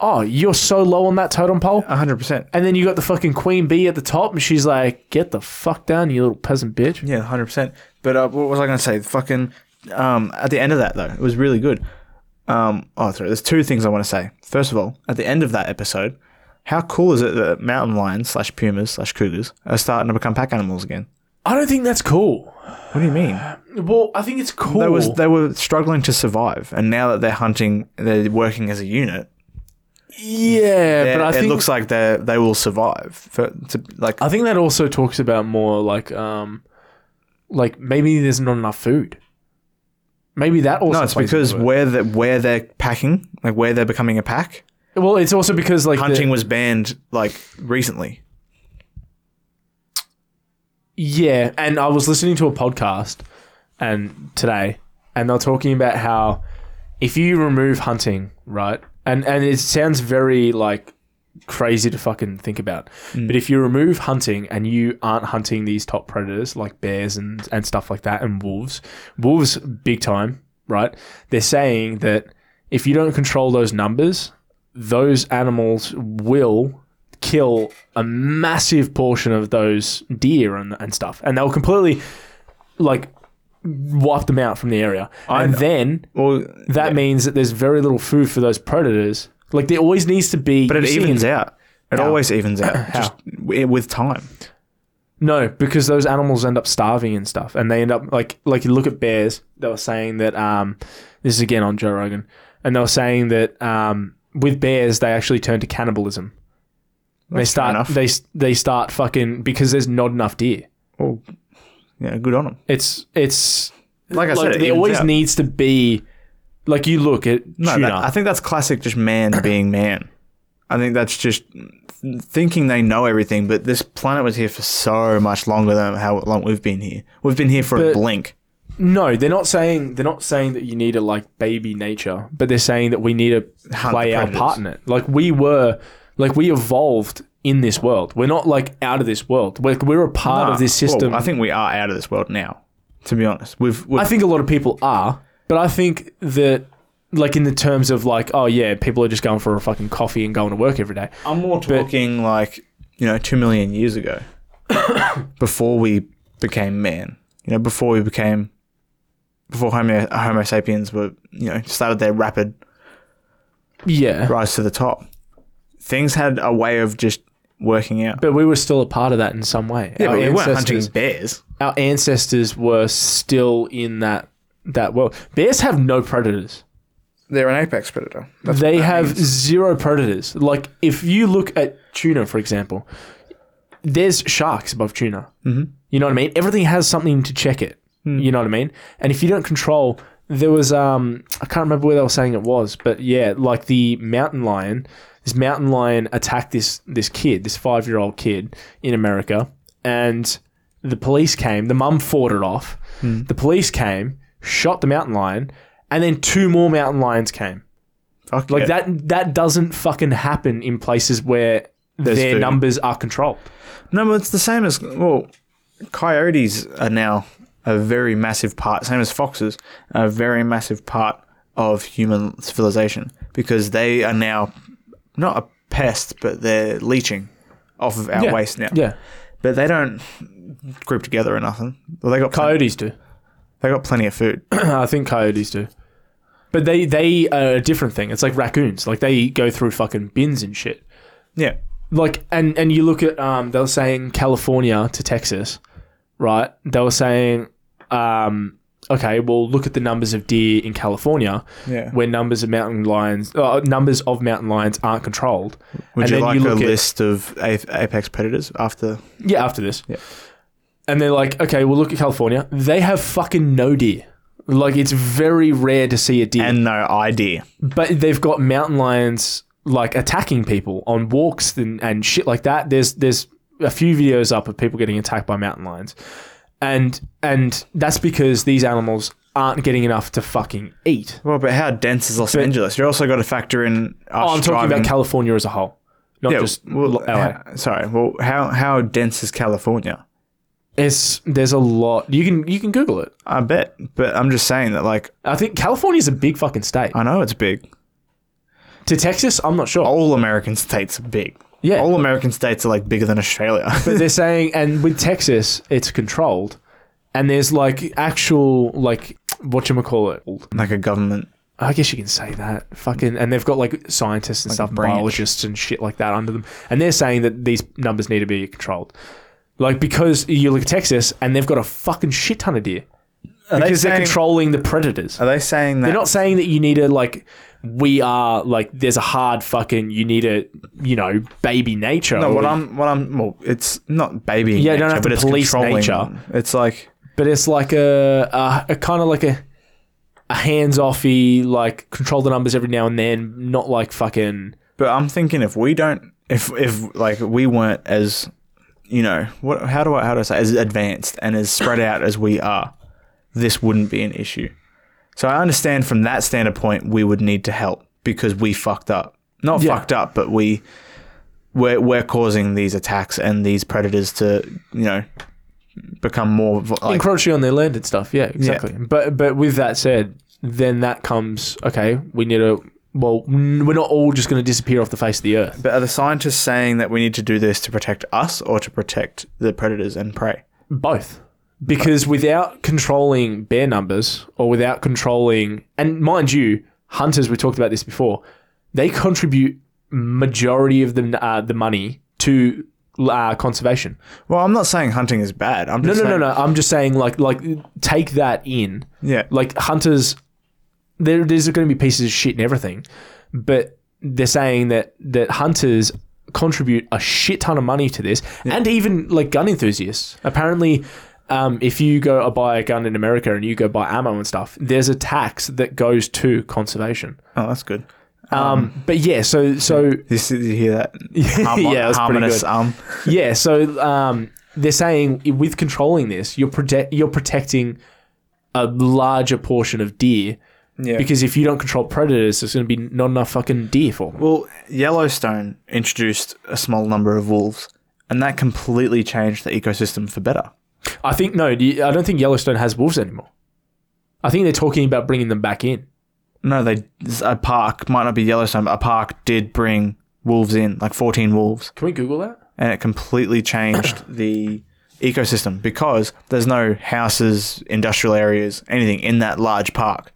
Speaker 1: oh, you're so low on that totem pole.
Speaker 2: 100%.
Speaker 1: And then you got the fucking queen bee at the top, and she's like, "Get the fuck down, you little peasant bitch."
Speaker 2: Yeah, 100%. But uh, what was I going to say? Fucking. Um, at the end of that, though, it was really good. Um, oh, sorry. There's two things I want to say. First of all, at the end of that episode, how cool is it that mountain lions slash pumas slash cougars are starting to become pack animals again?
Speaker 1: I don't think that's cool.
Speaker 2: What do you mean?
Speaker 1: Well, I think it's cool.
Speaker 2: They was they were struggling to survive, and now that they're hunting, they're working as a unit.
Speaker 1: yeah, but I
Speaker 2: it
Speaker 1: think
Speaker 2: looks like they they will survive. For, to, like
Speaker 1: I think that also talks about more like, um, like maybe there's not enough food. Maybe that also.
Speaker 2: no, it's
Speaker 1: plays into
Speaker 2: because
Speaker 1: it.
Speaker 2: where the, where they're packing, like where they're becoming a pack.
Speaker 1: well, it's also because like the-
Speaker 2: Hunting was banned like recently.
Speaker 1: Yeah, and I was listening to a podcast and today, and they're talking about how if you remove hunting, right, and and it sounds very like crazy to fucking think about, but if you remove hunting and you aren't hunting these top predators like bears and and stuff like that and wolves, wolves big time, right? They're saying that if you don't control those numbers, those animals will kill a massive portion of those deer and, and stuff, and they'll completely like wipe them out from the area. and then
Speaker 2: Well,
Speaker 1: that means that there's very little food for those predators. Like there always needs to be,
Speaker 2: but it evens out. It
Speaker 1: How?
Speaker 2: always evens (coughs) out just w- with time.
Speaker 1: No, because those animals end up starving and stuff, and they end up like like you look at bears. They were saying that um, this is again on Joe Rogan, and they were saying that um, with bears they actually turn to cannibalism. they
Speaker 2: fair
Speaker 1: start
Speaker 2: enough.
Speaker 1: they they start fucking because there's not enough deer.
Speaker 2: Well, yeah, good on them.
Speaker 1: It's it's
Speaker 2: Like I said, it
Speaker 1: there
Speaker 2: evens
Speaker 1: always
Speaker 2: out.
Speaker 1: needs to be like you look at
Speaker 2: No,
Speaker 1: tuna.
Speaker 2: that- I think that's classic, just man (coughs) being man. I think that's just th- thinking they know everything, but this planet was here for so much longer than how long we've been here. We've been here for a
Speaker 1: But-
Speaker 2: blink.
Speaker 1: No, they're not saying they're not saying that you need to like baby nature, but they're saying that we need to
Speaker 2: Hunt
Speaker 1: play
Speaker 2: the
Speaker 1: our
Speaker 2: predators.
Speaker 1: part in it. Like we were, like we evolved in this world. We're not like out of this world. We're, we're a part
Speaker 2: Nah,
Speaker 1: of this system.
Speaker 2: Ah, well, I think we are out of this world now. To be honest, we've, we've
Speaker 1: I think a lot of people are, but I think that like in the terms of like, oh yeah, people are just going for a fucking coffee and going to work every day.
Speaker 2: I'm more talking like you know two million years ago, (coughs) before we became man. You know, before we became, before Homo, Homo sapiens were you know started their rapid
Speaker 1: Yeah,
Speaker 2: rise to the top. Things had a way of just working out.
Speaker 1: but we were still a part of that in some way.
Speaker 2: Yeah,
Speaker 1: Our
Speaker 2: but we weren't
Speaker 1: ancestors-
Speaker 2: hunting bears.
Speaker 1: our ancestors were still in that that world. Bears have no predators.
Speaker 2: They're an apex predator. That's
Speaker 1: they have zero predators. Like if you look at tuna, for example, there's sharks above tuna. Mm-hmm. You know what I mean? Everything has something to check it. You know what I mean? And if you don't control, there was um I can't remember where they were saying it was, but yeah, like the mountain lion. This mountain lion attacked this this kid, this five year old kid in America, and the police came. The mum fought it off. The police came, shot the mountain lion, and then two more mountain lions came.
Speaker 2: Fuck
Speaker 1: Like
Speaker 2: yeah.
Speaker 1: that that doesn't fucking happen in places where their
Speaker 2: food.
Speaker 1: numbers are controlled.
Speaker 2: No, but it's the same as well. Coyotes are now a very massive part, same as foxes, a very massive part of human civilization because they are now not a pest, but they're leeching off of our waste now.
Speaker 1: Yeah.
Speaker 2: but they don't group together or nothing. Well, they got plen-
Speaker 1: Coyotes do.
Speaker 2: they got plenty of
Speaker 1: (coughs)
Speaker 2: food.
Speaker 1: (clears throat) I think coyotes do. But they they are a different thing. It's like raccoons. Like they go through fucking bins and shit.
Speaker 2: yeah,
Speaker 1: Like and and you look at um they were saying California to Texas, right? They were saying um okay, well look at the numbers of deer in California
Speaker 2: Yeah.
Speaker 1: where numbers of mountain lions uh, numbers of mountain lions aren't controlled.
Speaker 2: Would you
Speaker 1: then
Speaker 2: like
Speaker 1: you
Speaker 2: a
Speaker 1: look at-
Speaker 2: list of a- apex predators after?
Speaker 1: Yeah, after this.
Speaker 2: Yeah.
Speaker 1: And they're like, okay, well, look at California. They have fucking no deer. Like, it's very rare to see a deer.
Speaker 2: And no idea.
Speaker 1: but they've got mountain lions, like, attacking people on walks and, and shit like that. There's, there's a few videos up of people getting attacked by mountain lions. And, and that's because these animals aren't getting enough to fucking eat.
Speaker 2: Well, but how dense is Los Angeles? You also got to factor in. Us
Speaker 1: Oh, I'm talking
Speaker 2: driving-
Speaker 1: about California as a whole, not
Speaker 2: Yeah,
Speaker 1: just
Speaker 2: well,
Speaker 1: LA.
Speaker 2: how- sorry. Well, how how dense is California?
Speaker 1: It's, there's a lot. You can, you can Google it.
Speaker 2: I bet, but I'm just saying that. Like,
Speaker 1: I think California's a big fucking state.
Speaker 2: I know it's big.
Speaker 1: to Texas, I'm not sure.
Speaker 2: All American states are big.
Speaker 1: Yeah.
Speaker 2: all American states are like bigger than Australia.
Speaker 1: (laughs) But they're saying, and with Texas, it's controlled, and there's like actual like what you call it.
Speaker 2: like a government.
Speaker 1: I guess you can say that fucking, and they've got like scientists and stuff,
Speaker 2: branch.
Speaker 1: biologists and shit like that under them, and they're saying that these numbers need to be controlled, like because you look at Texas and they've got a fucking shit ton of deer because they are controlling the predators.
Speaker 2: Are they saying that?
Speaker 1: They're not saying that you need to like. We are like there's a hard fucking. You need to you know baby nature.
Speaker 2: No, what
Speaker 1: Or-
Speaker 2: I'm what I'm. Well, it's not baby.
Speaker 1: Yeah, you don't
Speaker 2: nature,
Speaker 1: have to
Speaker 2: but it's
Speaker 1: police
Speaker 2: controlling
Speaker 1: nature.
Speaker 2: them. It's like
Speaker 1: but it's like a a, a kind of like a a hands offy like control the numbers every now and then, not like fucking
Speaker 2: But I'm thinking if we don't, if if like we weren't as, you know, what? How do I how do I say as advanced and as spread out as we are, this wouldn't be an issue. So I understand from that standpoint, we would need to help because we fucked up. Not
Speaker 1: Yeah.
Speaker 2: fucked up, but we we're we're causing these attacks and these predators to you know become more vo- like
Speaker 1: encroaching on their land and stuff. Yeah, exactly. But but with that said, then that comes okay. We need to. Well, n- we're not all just going to disappear off the face of the earth.
Speaker 2: But are the scientists saying that we need to do this to protect us or to protect the predators and prey?
Speaker 1: Both. Because without controlling bear numbers or without controlling, and mind you, hunters, we talked about this before, they contribute majority of the uh, the money to uh, conservation.
Speaker 2: Well, I'm not saying hunting is bad. I'm
Speaker 1: No,
Speaker 2: just
Speaker 1: no, no,
Speaker 2: saying,
Speaker 1: no. I'm just saying, like, like take that in.
Speaker 2: Yeah.
Speaker 1: Like hunters, there, there's going to be pieces of shit and everything, but they're saying that that hunters contribute a shit ton of money to this, and even like gun enthusiasts. Apparently, um, if you go buy a gun in America and you go buy ammo and stuff, there's a tax that goes to conservation.
Speaker 2: Oh, that's good.
Speaker 1: Um, but yeah, so so
Speaker 2: This, did you hear that?
Speaker 1: yeah, that's pretty
Speaker 2: harmonious
Speaker 1: good.
Speaker 2: um.
Speaker 1: Yeah, so um, they're saying with controlling this, you're protect you're protecting a larger portion of deer
Speaker 2: Yeah.
Speaker 1: because if you don't control predators, there's going to be not enough fucking deer for them.
Speaker 2: Well, Yellowstone introduced a small number of wolves, and that completely changed the ecosystem for better.
Speaker 1: I think no, do you- I don't think Yellowstone has wolves anymore. I think they're talking about bringing them back in.
Speaker 2: No, they a park might not be Yellowstone, but a park did bring wolves in, like fourteen wolves,
Speaker 1: Can we Google that?
Speaker 2: and it completely changed the ecosystem because there's no houses, industrial areas, anything in that large park.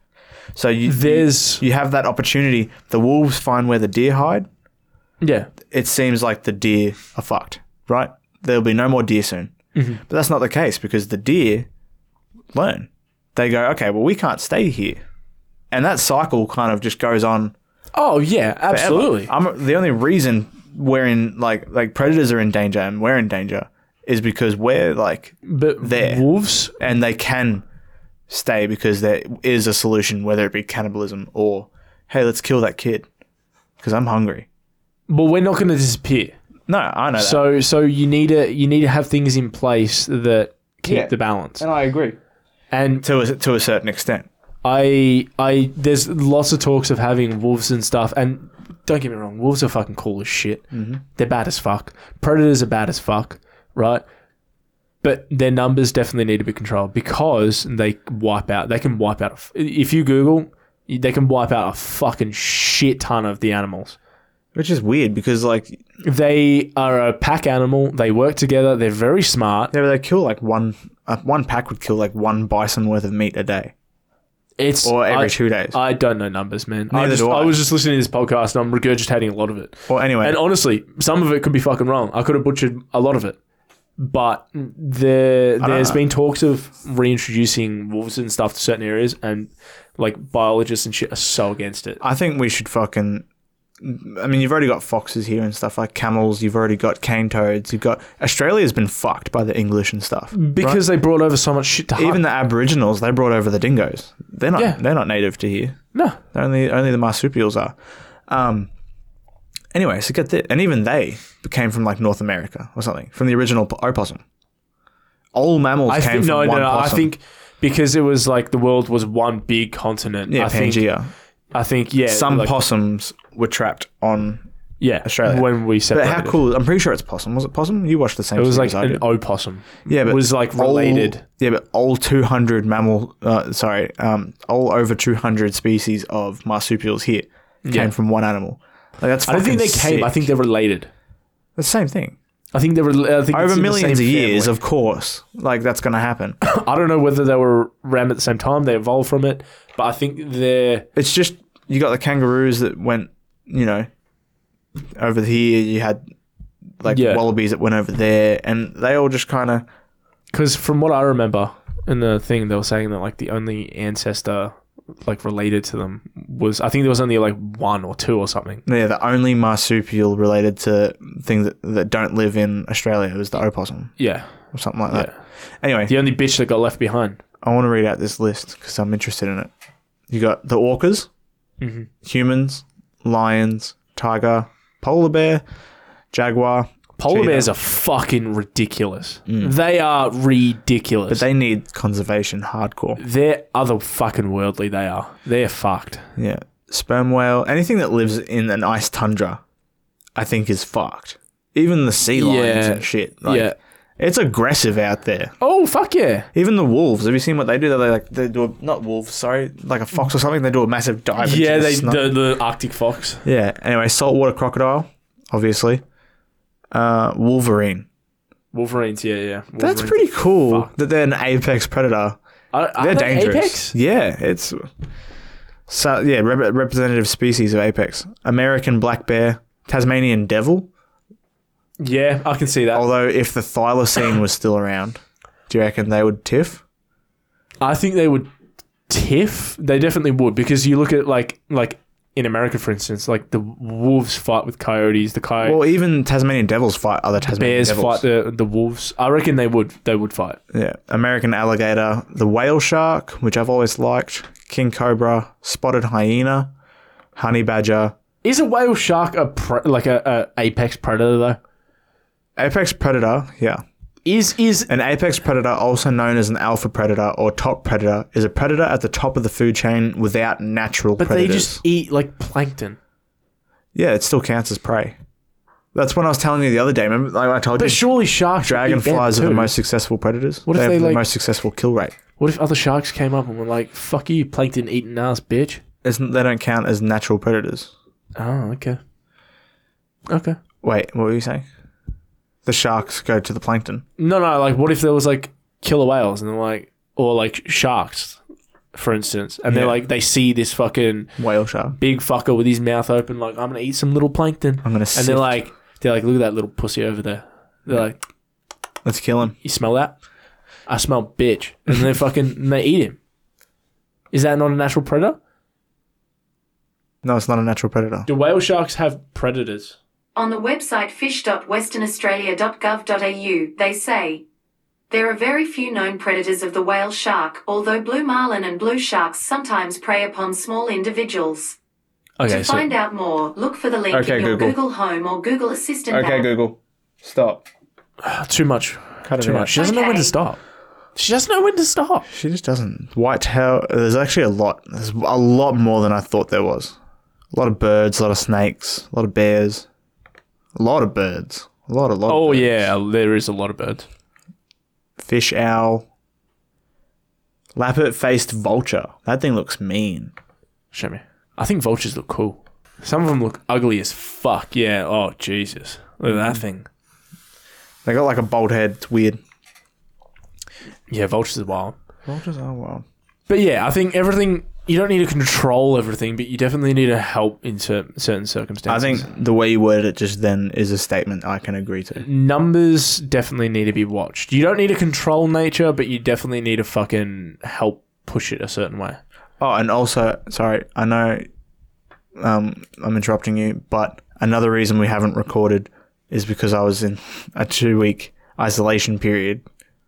Speaker 2: So you
Speaker 1: Mm-hmm. There's
Speaker 2: you have that opportunity. The wolves find where the deer hide.
Speaker 1: yeah,
Speaker 2: it seems like the deer are fucked, right? There'll be no more deer soon. But that's not the case because the deer learn. They go, okay, well, we can't stay here. And that cycle kind of just goes on.
Speaker 1: oh yeah,
Speaker 2: forever.
Speaker 1: absolutely.
Speaker 2: I'm, the only reason we're in, like, like predators are in danger and we're in danger is because we're like,
Speaker 1: But
Speaker 2: There.
Speaker 1: wolves,
Speaker 2: and they can stay because there is a solution, whether it be cannibalism or, hey, let's kill that kid because I'm hungry.
Speaker 1: but we're not going to disappear.
Speaker 2: No, I know that.
Speaker 1: So so you need to you need to have things in place that keep
Speaker 2: Yeah.
Speaker 1: the balance.
Speaker 2: I agree.
Speaker 1: And
Speaker 2: To a, to a certain extent.
Speaker 1: I I there's lots of talks of having wolves and stuff and don't get me wrong, wolves are fucking cool as shit.
Speaker 2: Mm-hmm.
Speaker 1: They're bad as fuck. Predators are bad as fuck, right? But their numbers definitely need to be controlled because they wipe out. They can wipe out. a f- If you Google, they can wipe out a fucking shit ton of the animals.
Speaker 2: Which is weird because like yeah,
Speaker 1: They are a pack animal. They work together. They're very smart.
Speaker 2: but they kill like one uh, one pack would kill like one bison worth of meat a day
Speaker 1: It's
Speaker 2: or every
Speaker 1: I,
Speaker 2: two days.
Speaker 1: I don't know numbers, man. I,
Speaker 2: Neither
Speaker 1: just,
Speaker 2: do I.
Speaker 1: I was just listening to this podcast and I'm regurgitating a lot of it.
Speaker 2: or anyway,
Speaker 1: And honestly, some of it could be fucking wrong. I could have butchered a lot of it. But there, there's
Speaker 2: know.
Speaker 1: been talks of reintroducing wolves and stuff to certain areas, and like biologists and shit are so against it.
Speaker 2: I think we should fucking. I mean, you've already got foxes here and stuff like camels. You've already got cane toads. You've got Australia's been fucked by the English and stuff.
Speaker 1: Because they brought over so much shit to hunt.
Speaker 2: Even the Aboriginals, they brought over the dingoes. They're not.
Speaker 1: Yeah.
Speaker 2: They're not native to here.
Speaker 1: no,
Speaker 2: Only only the marsupials are. Um, anyway, so get this, and even they came from like North America or something from the original po- opossum. All mammals
Speaker 1: I
Speaker 2: came
Speaker 1: think
Speaker 2: from
Speaker 1: no,
Speaker 2: one
Speaker 1: no, no. I
Speaker 2: possum.
Speaker 1: think because it was like the world was one big continent.
Speaker 2: yeah,
Speaker 1: I think,
Speaker 2: Pangea.
Speaker 1: I think, yeah,
Speaker 2: Some
Speaker 1: like,
Speaker 2: possums were trapped on.
Speaker 1: yeah,
Speaker 2: Australia.
Speaker 1: when we
Speaker 2: But
Speaker 1: separated.
Speaker 2: how cool! I'm pretty sure it's possum. Was it possum? You watched the same.
Speaker 1: It was like
Speaker 2: as I
Speaker 1: an
Speaker 2: did.
Speaker 1: opossum.
Speaker 2: yeah, but
Speaker 1: was like
Speaker 2: all-
Speaker 1: related.
Speaker 2: yeah, but all 200 mammal, uh, sorry, um, all over 200 species of marsupials here came
Speaker 1: Yeah.
Speaker 2: from one animal. Like that's.
Speaker 1: I don't think they came. I think they're related.
Speaker 2: the same thing.
Speaker 1: I think they were. I think it's
Speaker 2: over
Speaker 1: in the
Speaker 2: millions of
Speaker 1: same
Speaker 2: years,
Speaker 1: family.
Speaker 2: of course. Like that's going to happen.
Speaker 1: I don't know whether they were ram at the same time. They evolved from it, but I think they're
Speaker 2: it's just you got the kangaroos that went, you know, over here. You had like
Speaker 1: Yeah.
Speaker 2: wallabies that went over there, and they all just kind of
Speaker 1: because from what I remember in the thing, they were saying that like the only ancestor like related to them was I think there was only like one or two or something.
Speaker 2: they're the only marsupial related to things that, that don't live in Australia is the opossum
Speaker 1: Yeah,
Speaker 2: or something like
Speaker 1: Yeah.
Speaker 2: that. Anyway,
Speaker 1: the only bitch that got left behind.
Speaker 2: I want to read out this list because I'm interested in it. You got the orcas,
Speaker 1: Mm-hmm.
Speaker 2: humans, lions, tiger, polar bear, jaguar.
Speaker 1: Polar
Speaker 2: Cheetah.
Speaker 1: bears are fucking ridiculous. They are ridiculous.
Speaker 2: Mm. But they need conservation hardcore.
Speaker 1: they're other fucking worldly. They are. They're fucked.
Speaker 2: Yeah. Sperm whale, anything that lives in an ice tundra, I think is fucked. Even the sea lions
Speaker 1: Yeah.
Speaker 2: and shit. Like,
Speaker 1: yeah.
Speaker 2: It's aggressive out there.
Speaker 1: Oh fuck yeah.
Speaker 2: Even the wolves. Have you seen what they do? They like they do a, not wolves, sorry, like a fox or something. They do a massive dive. into
Speaker 1: Yeah,
Speaker 2: the
Speaker 1: they
Speaker 2: snow.
Speaker 1: the, the Arctic fox.
Speaker 2: Yeah. Anyway, saltwater crocodile, obviously. Uh, wolverine.
Speaker 1: Wolverines. Yeah, yeah.
Speaker 2: That's
Speaker 1: Wolverines.
Speaker 2: pretty cool
Speaker 1: fucked.
Speaker 2: that they're an apex predator.
Speaker 1: Are, are
Speaker 2: They're
Speaker 1: they
Speaker 2: dangerous.
Speaker 1: Apex?
Speaker 2: Yeah, it's so yeah, rep- representative species of apex. American black bear, Tasmanian devil.
Speaker 1: Yeah, I can see that.
Speaker 2: Although, if the thylacine was still around, do you reckon they would tiff?
Speaker 1: I think they would tiff. They definitely would because you look at like like in America, for instance, like the wolves fight with coyotes, the coyotes.
Speaker 2: Well, even Tasmanian devils fight other Tasmanian
Speaker 1: Bears
Speaker 2: devils.
Speaker 1: fight the the wolves. I reckon they would they would fight.
Speaker 2: yeah, American alligator, the whale shark, which I've always liked, king cobra, spotted hyena, honey badger.
Speaker 1: Is a whale shark a pre- like a, a apex predator though?
Speaker 2: Apex predator, yeah.
Speaker 1: Is is
Speaker 2: An apex predator, also known as an alpha predator or top predator, is a predator at the top of the food chain without natural
Speaker 1: but
Speaker 2: predators.
Speaker 1: they just eat like plankton.
Speaker 2: yeah, it still counts as prey. That's what I was telling you the other day. Remember, like I told
Speaker 1: But
Speaker 2: you,
Speaker 1: surely sharks would eat them
Speaker 2: dragonflies are
Speaker 1: too.
Speaker 2: the most successful predators.
Speaker 1: What if
Speaker 2: have
Speaker 1: they,
Speaker 2: the
Speaker 1: like-
Speaker 2: most successful kill rate?
Speaker 1: What if other sharks came up and were like, "Fuck you, plankton eating ass bitch."
Speaker 2: Isn't they don't count as natural predators?
Speaker 1: Oh, okay. Okay.
Speaker 2: Wait, what were you saying? The sharks go to the plankton.
Speaker 1: No, no. Like, what if there was like killer whales and they're like, or like sharks, for instance, and they're
Speaker 2: Yeah.
Speaker 1: like, they see this fucking
Speaker 2: Whale shark.
Speaker 1: big fucker with his mouth open, like, I'm gonna eat some little plankton.
Speaker 2: I'm gonna
Speaker 1: and
Speaker 2: sift.
Speaker 1: they're like, they're like, look at that little pussy over there. They're like,
Speaker 2: Let's kill him.
Speaker 1: you smell that? I smell bitch, and (laughs) they fucking and they eat him. Is that not a natural predator?
Speaker 2: No, it's not a natural predator.
Speaker 1: Do whale sharks have predators?
Speaker 3: On the website fish.westernaustralia.gov.au, they say there are very few known predators of the whale shark, although blue marlin and blue sharks sometimes prey upon small individuals.
Speaker 1: Okay,
Speaker 3: to
Speaker 1: so
Speaker 3: find out more, look for the link
Speaker 2: Okay,
Speaker 3: in your
Speaker 2: Google.
Speaker 3: Google. Home or Google Assistant app.
Speaker 2: Google, stop.
Speaker 1: too much,
Speaker 2: Cut it
Speaker 1: too
Speaker 2: out.
Speaker 1: much. She doesn't know when to
Speaker 3: Okay.
Speaker 1: stop. She doesn't know when to stop.
Speaker 2: She just doesn't. Whitetail. There's actually a lot. There's a lot more than I thought there was. A lot of birds. A lot of snakes. A lot of bears. A lot of birds. A lot. A lot.
Speaker 1: Oh
Speaker 2: of birds.
Speaker 1: yeah, there is a lot of birds.
Speaker 2: Fish owl. Lappet-faced vulture. That thing looks mean.
Speaker 1: Show me. I think vultures look cool. Some of them look ugly as fuck. Yeah. Oh Jesus. Look at that thing.
Speaker 2: They got like a bald head. It's weird.
Speaker 1: Yeah, vultures are wild.
Speaker 2: Vultures are wild.
Speaker 1: But yeah, I think everything. You don't need to control everything, but you definitely need to help in cer- certain
Speaker 2: I
Speaker 1: circumstances.
Speaker 2: think the way you worded it just then is a statement I can agree to.
Speaker 1: numbers definitely need to be watched. You don't need to control nature, but you definitely need to fucking help push it a certain way.
Speaker 2: Oh, and also, sorry, I know um, I'm interrupting you, but another reason we haven't recorded is because I was in a two week isolation period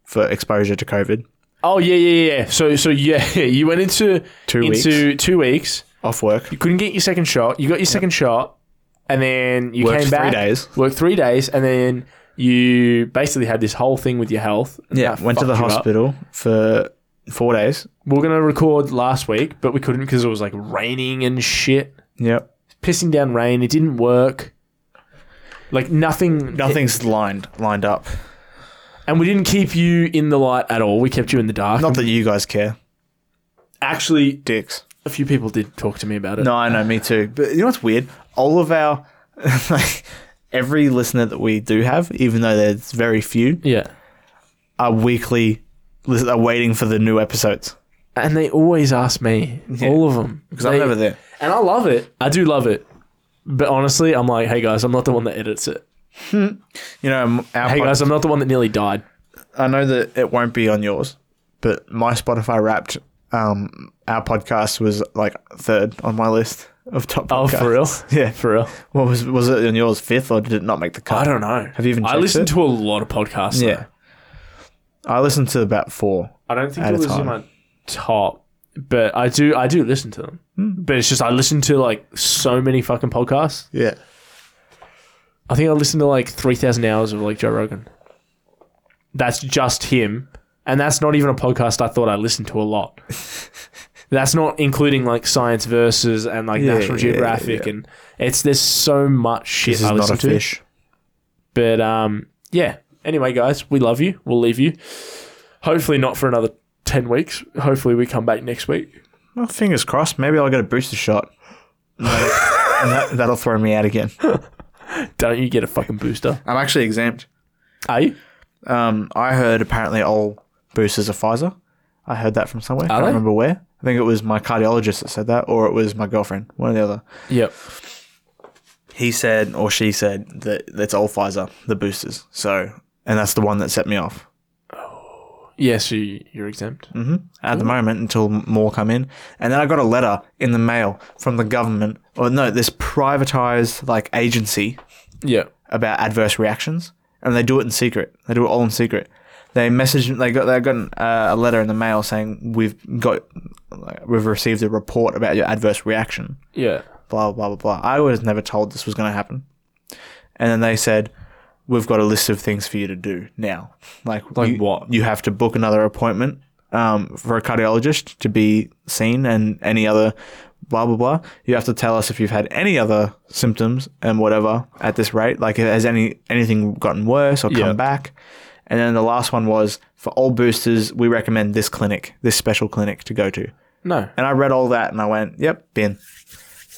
Speaker 2: for exposure to COVID.
Speaker 1: Oh yeah, yeah, yeah. So so yeah, (laughs) you went into
Speaker 2: Two
Speaker 1: into two weeks.
Speaker 2: Off work.
Speaker 1: You couldn't get your second shot. You got your second shot, and then you
Speaker 2: Worked
Speaker 1: came
Speaker 2: three
Speaker 1: back.
Speaker 2: days.
Speaker 1: Worked three days, and then you basically had this whole thing with your health. and that
Speaker 2: Went to the
Speaker 1: fucked you up.
Speaker 2: hospital for four days.
Speaker 1: We We're gonna record last week, but we couldn't because it was like raining and shit,
Speaker 2: Yep.
Speaker 1: pissing down rain. It didn't work. Like nothing,
Speaker 2: Nothing's lined lined up.
Speaker 1: And we didn't keep you in the light at all. We kept you in the dark.
Speaker 2: Not that you guys care,
Speaker 1: Actually,
Speaker 2: dicks.
Speaker 1: a few people did talk to me about it.
Speaker 2: No, I know, me too. But you know what's weird? All of our, (laughs) like, every listener that we do have, even though there's very few,
Speaker 1: Yeah.
Speaker 2: are weekly, are waiting for the new episodes.
Speaker 1: And they always ask me, all of them. Because
Speaker 2: I'm never there.
Speaker 1: And I love it. I do love it. But honestly, I'm like, hey guys, I'm not the one that edits it.
Speaker 2: You know, m- our
Speaker 1: Hey
Speaker 2: pod-
Speaker 1: guys, I'm not the one that nearly died.
Speaker 2: I know that it won't be on yours, but my Spotify Wrapped, um, our podcast was like third on my list of top.
Speaker 1: Oh,
Speaker 2: podcasts.
Speaker 1: for
Speaker 2: (laughs)
Speaker 1: real?
Speaker 2: Yeah.
Speaker 1: For real?
Speaker 2: What was was it on yours fifth or did it not make the cut?
Speaker 1: I don't know.
Speaker 2: Have you even
Speaker 1: I
Speaker 2: checked
Speaker 1: listen
Speaker 2: it?
Speaker 1: to a lot of podcasts.
Speaker 2: Yeah. I listened to about four.
Speaker 1: I don't think
Speaker 2: At
Speaker 1: it
Speaker 2: a
Speaker 1: was in
Speaker 2: time.
Speaker 1: my top, but I do I do listen to them.
Speaker 2: Hmm.
Speaker 1: But it's just I listen to like so many fucking podcasts.
Speaker 2: Yeah.
Speaker 1: I think I listened to like 3,000 hours of like Joe Rogan. That's just him. And that's not even a podcast I thought I listened to a
Speaker 2: (laughs)
Speaker 1: lot. that's not including like Science Versus and like
Speaker 2: Yeah,
Speaker 1: National
Speaker 2: yeah,
Speaker 1: Geographic.
Speaker 2: yeah.
Speaker 1: And it's, there's so much shit
Speaker 2: This is
Speaker 1: I
Speaker 2: not
Speaker 1: listen
Speaker 2: a
Speaker 1: to.
Speaker 2: fish.
Speaker 1: But um, yeah. Anyway, guys, we love you. We'll leave you. Hopefully not for another 10 weeks. Hopefully we come back next week.
Speaker 2: Well, fingers crossed. Maybe I'll get a booster (laughs) shot. and that, that'll throw me out again.
Speaker 1: Don't you get a fucking booster?
Speaker 2: I'm actually exempt.
Speaker 1: Are you?
Speaker 2: Um, I heard apparently all boosters are Pfizer. I heard that from somewhere. I
Speaker 1: Are
Speaker 2: don't
Speaker 1: they?
Speaker 2: remember where. I think it was my cardiologist that said that, or it was my girlfriend, one or the other.
Speaker 1: Yep.
Speaker 2: he said or she said that that's all Pfizer, the boosters. So, and that's the one that set me off
Speaker 1: Yeah, so you- you're exempt.
Speaker 2: Mm. at the moment until more come in. And then I got a letter in the mail from the government, or no, this privatized like agency
Speaker 1: Yeah.
Speaker 2: about adverse reactions, and they do it in secret. They do it all in secret. They message. They got. They got an, uh, a letter in the mail saying we've got, like, we've received a report about your adverse reaction.
Speaker 1: Yeah.
Speaker 2: Blah blah blah blah. I was never told this was going to happen. And then they said, we've got a list of things for you to do now. Like
Speaker 1: Like
Speaker 2: you-
Speaker 1: what?
Speaker 2: You have to book another appointment um, for a cardiologist to be seen, and any other. Blah blah blah. You have to tell us if you've had any other symptoms and whatever at this rate. Like, has any anything gotten worse or come
Speaker 1: Yeah.
Speaker 2: back? And then the last one was for all boosters, we recommend this clinic, this special clinic to go to.
Speaker 1: No.
Speaker 2: And I read all that and I went, yep, bin.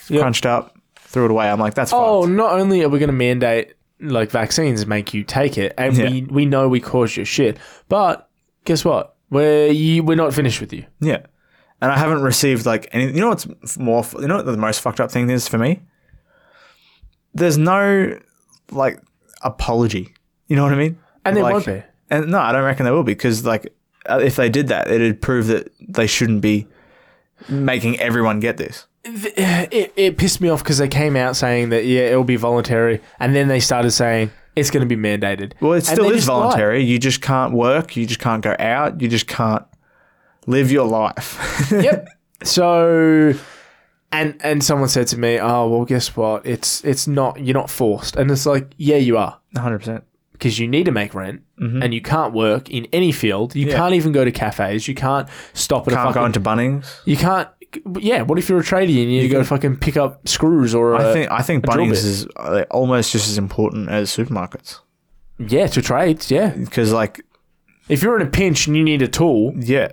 Speaker 1: Yep.
Speaker 2: Crunched up, threw it away. I'm like, that's
Speaker 1: Oh,
Speaker 2: fucked.
Speaker 1: not only are we going to mandate like vaccines make you take it, and we, we know we caused your shit, but guess what? We're you, we're not finished with you.
Speaker 2: Yeah. And I haven't received like any. You know what's f- more, f- you know what the most fucked up thing is for me? There's no like apology. You know what I mean?
Speaker 1: And there
Speaker 2: Like-
Speaker 1: won't be.
Speaker 2: And no, I don't reckon there will be because like uh, if they did that, it'd prove that they shouldn't be making everyone get this.
Speaker 1: It, it pissed me off because they came out saying that yeah it'll be voluntary, and then they started saying it's going to be mandated.
Speaker 2: Well, it
Speaker 1: And
Speaker 2: still
Speaker 1: they
Speaker 2: is
Speaker 1: just lied.
Speaker 2: voluntary. You just can't work. You just can't go out. You just can't live your life. (laughs)
Speaker 1: yep. So, and and someone said to me, "Oh, well, guess what? It's it's not. You're not forced." And it's like, yeah, you are,
Speaker 2: hundred percent.
Speaker 1: because you need to make rent, and you can't work in any field. You
Speaker 2: Mm-hmm. Yeah.
Speaker 1: can't even go to cafes. You can't stop at a
Speaker 2: Can't
Speaker 1: fucking.
Speaker 2: go into Bunnings.
Speaker 1: you can't. Yeah. What if you're a trader and you need to go fucking pick up screws or
Speaker 2: I
Speaker 1: uh,
Speaker 2: think I think
Speaker 1: drill
Speaker 2: Bunnings
Speaker 1: bit.
Speaker 2: is uh, almost just as important as supermarkets
Speaker 1: yeah to trades? Yeah.
Speaker 2: because like
Speaker 1: If you're in a pinch and you need a tool,
Speaker 2: yeah,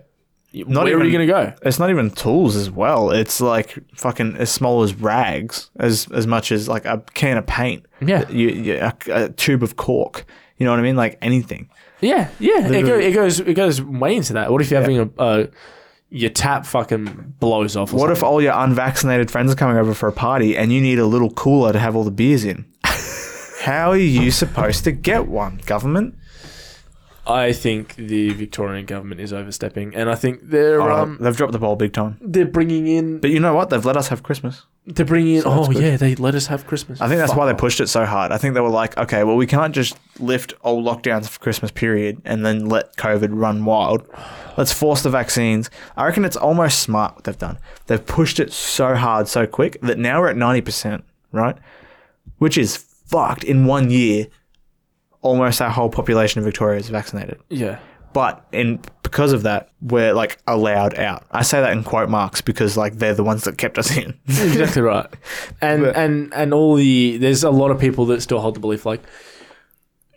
Speaker 2: not
Speaker 1: where are you going
Speaker 2: even-
Speaker 1: to go?
Speaker 2: it's not even tools as well. It's like fucking as small as rags, as as much as like a can of paint.
Speaker 1: Yeah.
Speaker 2: you, you a, a tube of cork. You know what I mean? Like anything.
Speaker 1: Yeah, yeah. It, go,
Speaker 2: Literally.
Speaker 1: it goes it goes way into that. What if you're having a uh, your tap fucking blows off? Or
Speaker 2: What if all your unvaccinated friends are coming over for a party and you need a little cooler to have all the beers in? (laughs) How are you supposed to get one, government?
Speaker 1: I think the Victorian government is overstepping, and I think they're um,
Speaker 2: Oh, they've dropped the ball big time.
Speaker 1: they're bringing in
Speaker 2: But you know what? They've let us have Christmas.
Speaker 1: they're bringing in. oh
Speaker 2: good.
Speaker 1: yeah, they let us have Christmas.
Speaker 2: I think that's why they pushed it so hard. I think they were like, okay, well, we can't just lift all lockdowns for Christmas period and then let COVID run wild. Let's force the vaccines. I reckon it's almost smart what they've done. They've pushed it so hard, so quick that now we're at 90%, right? Which is fucked in one year. Almost our whole population of Victoria is vaccinated.
Speaker 1: yeah.
Speaker 2: But in because of that, we're like allowed out. I say that in quote marks because like they're the ones that kept us in. (laughs)
Speaker 1: exactly right. (laughs) And and and all the there's a lot of people that still hold the belief like,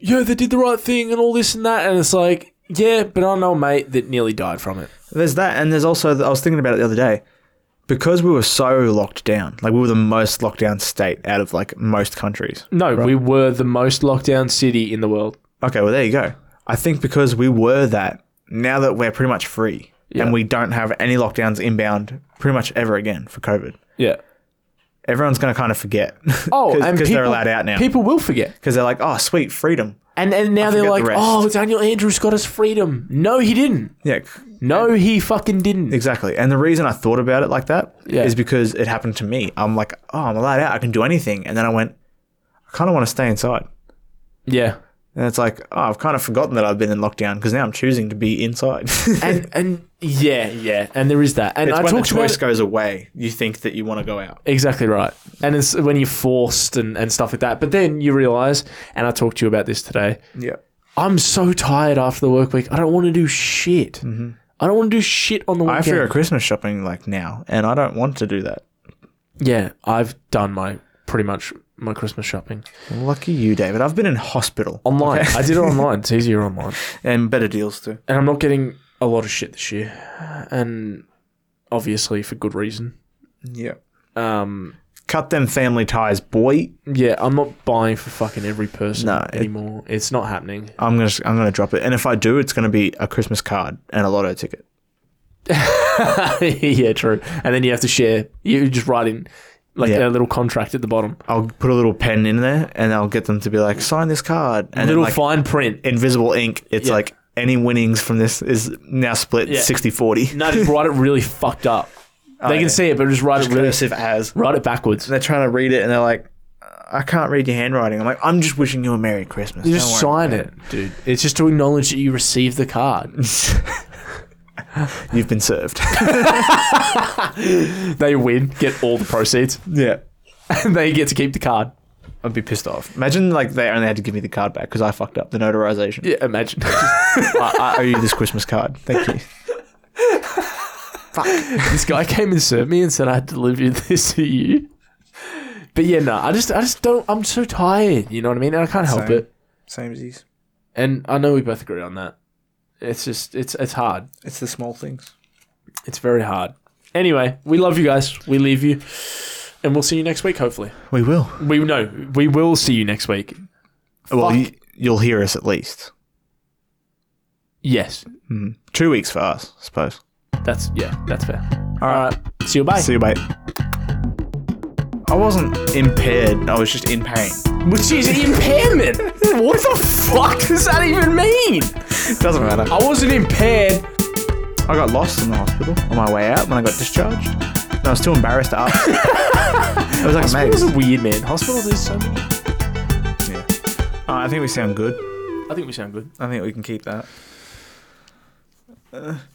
Speaker 1: yeah, they did the right thing and all this and that, and it's like, yeah, but I know a mate that nearly died from it.
Speaker 2: There's that, and there's also I was thinking about it the other day, because we were so locked down, like we were the most locked down state out of like most countries.
Speaker 1: No, we were the most lockdown city in the world.
Speaker 2: Okay, well there you go. I think because we were that, now that we're pretty much free and we don't have any lockdowns inbound pretty much ever again for COVID,
Speaker 1: Yeah.
Speaker 2: everyone's gonna kind of forget. (laughs)
Speaker 1: Oh, and
Speaker 2: because they're
Speaker 1: people-
Speaker 2: allowed out now.
Speaker 1: People will forget.
Speaker 2: Because they're like, oh, sweet freedom.
Speaker 1: And and now
Speaker 2: forget
Speaker 1: they're
Speaker 2: the
Speaker 1: like,
Speaker 2: rest.
Speaker 1: oh, Daniel Andrews got us freedom. No, he didn't.
Speaker 2: Yeah,
Speaker 1: No, he fucking didn't.
Speaker 2: Exactly. And the reason I thought about it like that is
Speaker 1: Yeah.
Speaker 2: because it happened to me. I'm like, oh, I'm allowed out. I can do anything. And then I went, I kind of want to stay inside.
Speaker 1: Yeah.
Speaker 2: And it's like, oh, I've kind of forgotten that I've been in lockdown because now I'm choosing to be inside. (laughs) and
Speaker 1: And and yeah, yeah. And there is that. And
Speaker 2: it's
Speaker 1: I
Speaker 2: when the
Speaker 1: talked about
Speaker 2: choice
Speaker 1: it-
Speaker 2: goes away, you think that you want to go out.
Speaker 1: Exactly right. And it's when you're forced and, and stuff like that. But then you realize, and I talked to you about this today,
Speaker 2: Yeah.
Speaker 1: I'm so tired after the work week. I don't want to do shit. I don't want to do shit on the
Speaker 2: Mm-hmm. I
Speaker 1: weekend.
Speaker 2: have to go Christmas shopping like now, and I don't want to do that.
Speaker 1: yeah, I've done my pretty much my Christmas shopping
Speaker 2: Lucky you, David. I've been in hospital
Speaker 1: online. I did it online. It's easier online.
Speaker 2: (laughs) and better deals too.
Speaker 1: and I'm not getting a lot of shit this year, and obviously for good reason.
Speaker 2: Yeah.
Speaker 1: Um,
Speaker 2: Cut them family ties, boy.
Speaker 1: yeah, I'm not buying for fucking every person
Speaker 2: No, it-
Speaker 1: anymore. it's not happening.
Speaker 2: I'm gonna I'm gonna drop it, and if I do, it's gonna be a Christmas card and a lotto ticket.
Speaker 1: (laughs) yeah, true. And then you have to share. You just write in like
Speaker 2: Yeah.
Speaker 1: their little contract at the bottom,
Speaker 2: I'll put a little pen in there and I'll get them to be like, sign this card. And
Speaker 1: little
Speaker 2: then, like,
Speaker 1: fine print.
Speaker 2: invisible ink, it's
Speaker 1: Yeah.
Speaker 2: like any winnings from this is now split
Speaker 1: Yeah.
Speaker 2: 60 40.
Speaker 1: No,
Speaker 2: (laughs)
Speaker 1: just write it really fucked up. They can
Speaker 2: Oh, yeah.
Speaker 1: see it, but just write it really,
Speaker 2: Cursive as.
Speaker 1: write it backwards.
Speaker 2: They're trying to read it and they're like, I can't read your handwriting. I'm like, I'm just wishing you a Merry Christmas.
Speaker 1: You
Speaker 2: Don't
Speaker 1: just
Speaker 2: worry
Speaker 1: sign
Speaker 2: about
Speaker 1: it, dude. It's just to acknowledge that you received the
Speaker 2: (laughs)
Speaker 1: card.
Speaker 2: You've been served.
Speaker 1: they win, get all the proceeds, (laughs)
Speaker 2: (laughs) yeah.
Speaker 1: and they get to keep the card.
Speaker 2: I'd be pissed off. Imagine like they only had to give me the card back because I fucked up the notarization.
Speaker 1: Yeah, imagine. (laughs)
Speaker 2: I, I owe you this Christmas card. Thank you.
Speaker 1: this guy came and served me and said I had to deliver (laughs) this to you. But yeah, no, I just, I just don't. I'm so tired. You know what I mean? And I can't help
Speaker 2: Same.
Speaker 1: it.
Speaker 2: (laughs) Same as these.
Speaker 1: And I know we both agree on that. It's just, it's, it's hard.
Speaker 2: It's the small things.
Speaker 1: It's very hard. Anyway, we love you guys. We leave you, and we'll see you next week. Hopefully,
Speaker 2: We will.
Speaker 1: we know we will see you next week.
Speaker 2: Well,
Speaker 1: Fuck.
Speaker 2: you, you'll hear us at least.
Speaker 1: Yes,
Speaker 2: Two weeks for us, I suppose.
Speaker 1: that's yeah, that's fair. All right, see you. Bye.
Speaker 2: See you, mate. I wasn't impaired. I was just in pain.
Speaker 1: Which is impairment. what the fuck does that even mean?
Speaker 2: Doesn't matter.
Speaker 1: I wasn't impaired.
Speaker 2: I got lost in the hospital on my way out when I got discharged. And I was too embarrassed to ask. it was like a
Speaker 1: Hospitals
Speaker 2: maze.
Speaker 1: are weird, man. Hospitals is so. Many-
Speaker 2: Yeah. Oh, I think we sound good.
Speaker 1: I think we sound good.
Speaker 2: I think we can keep that.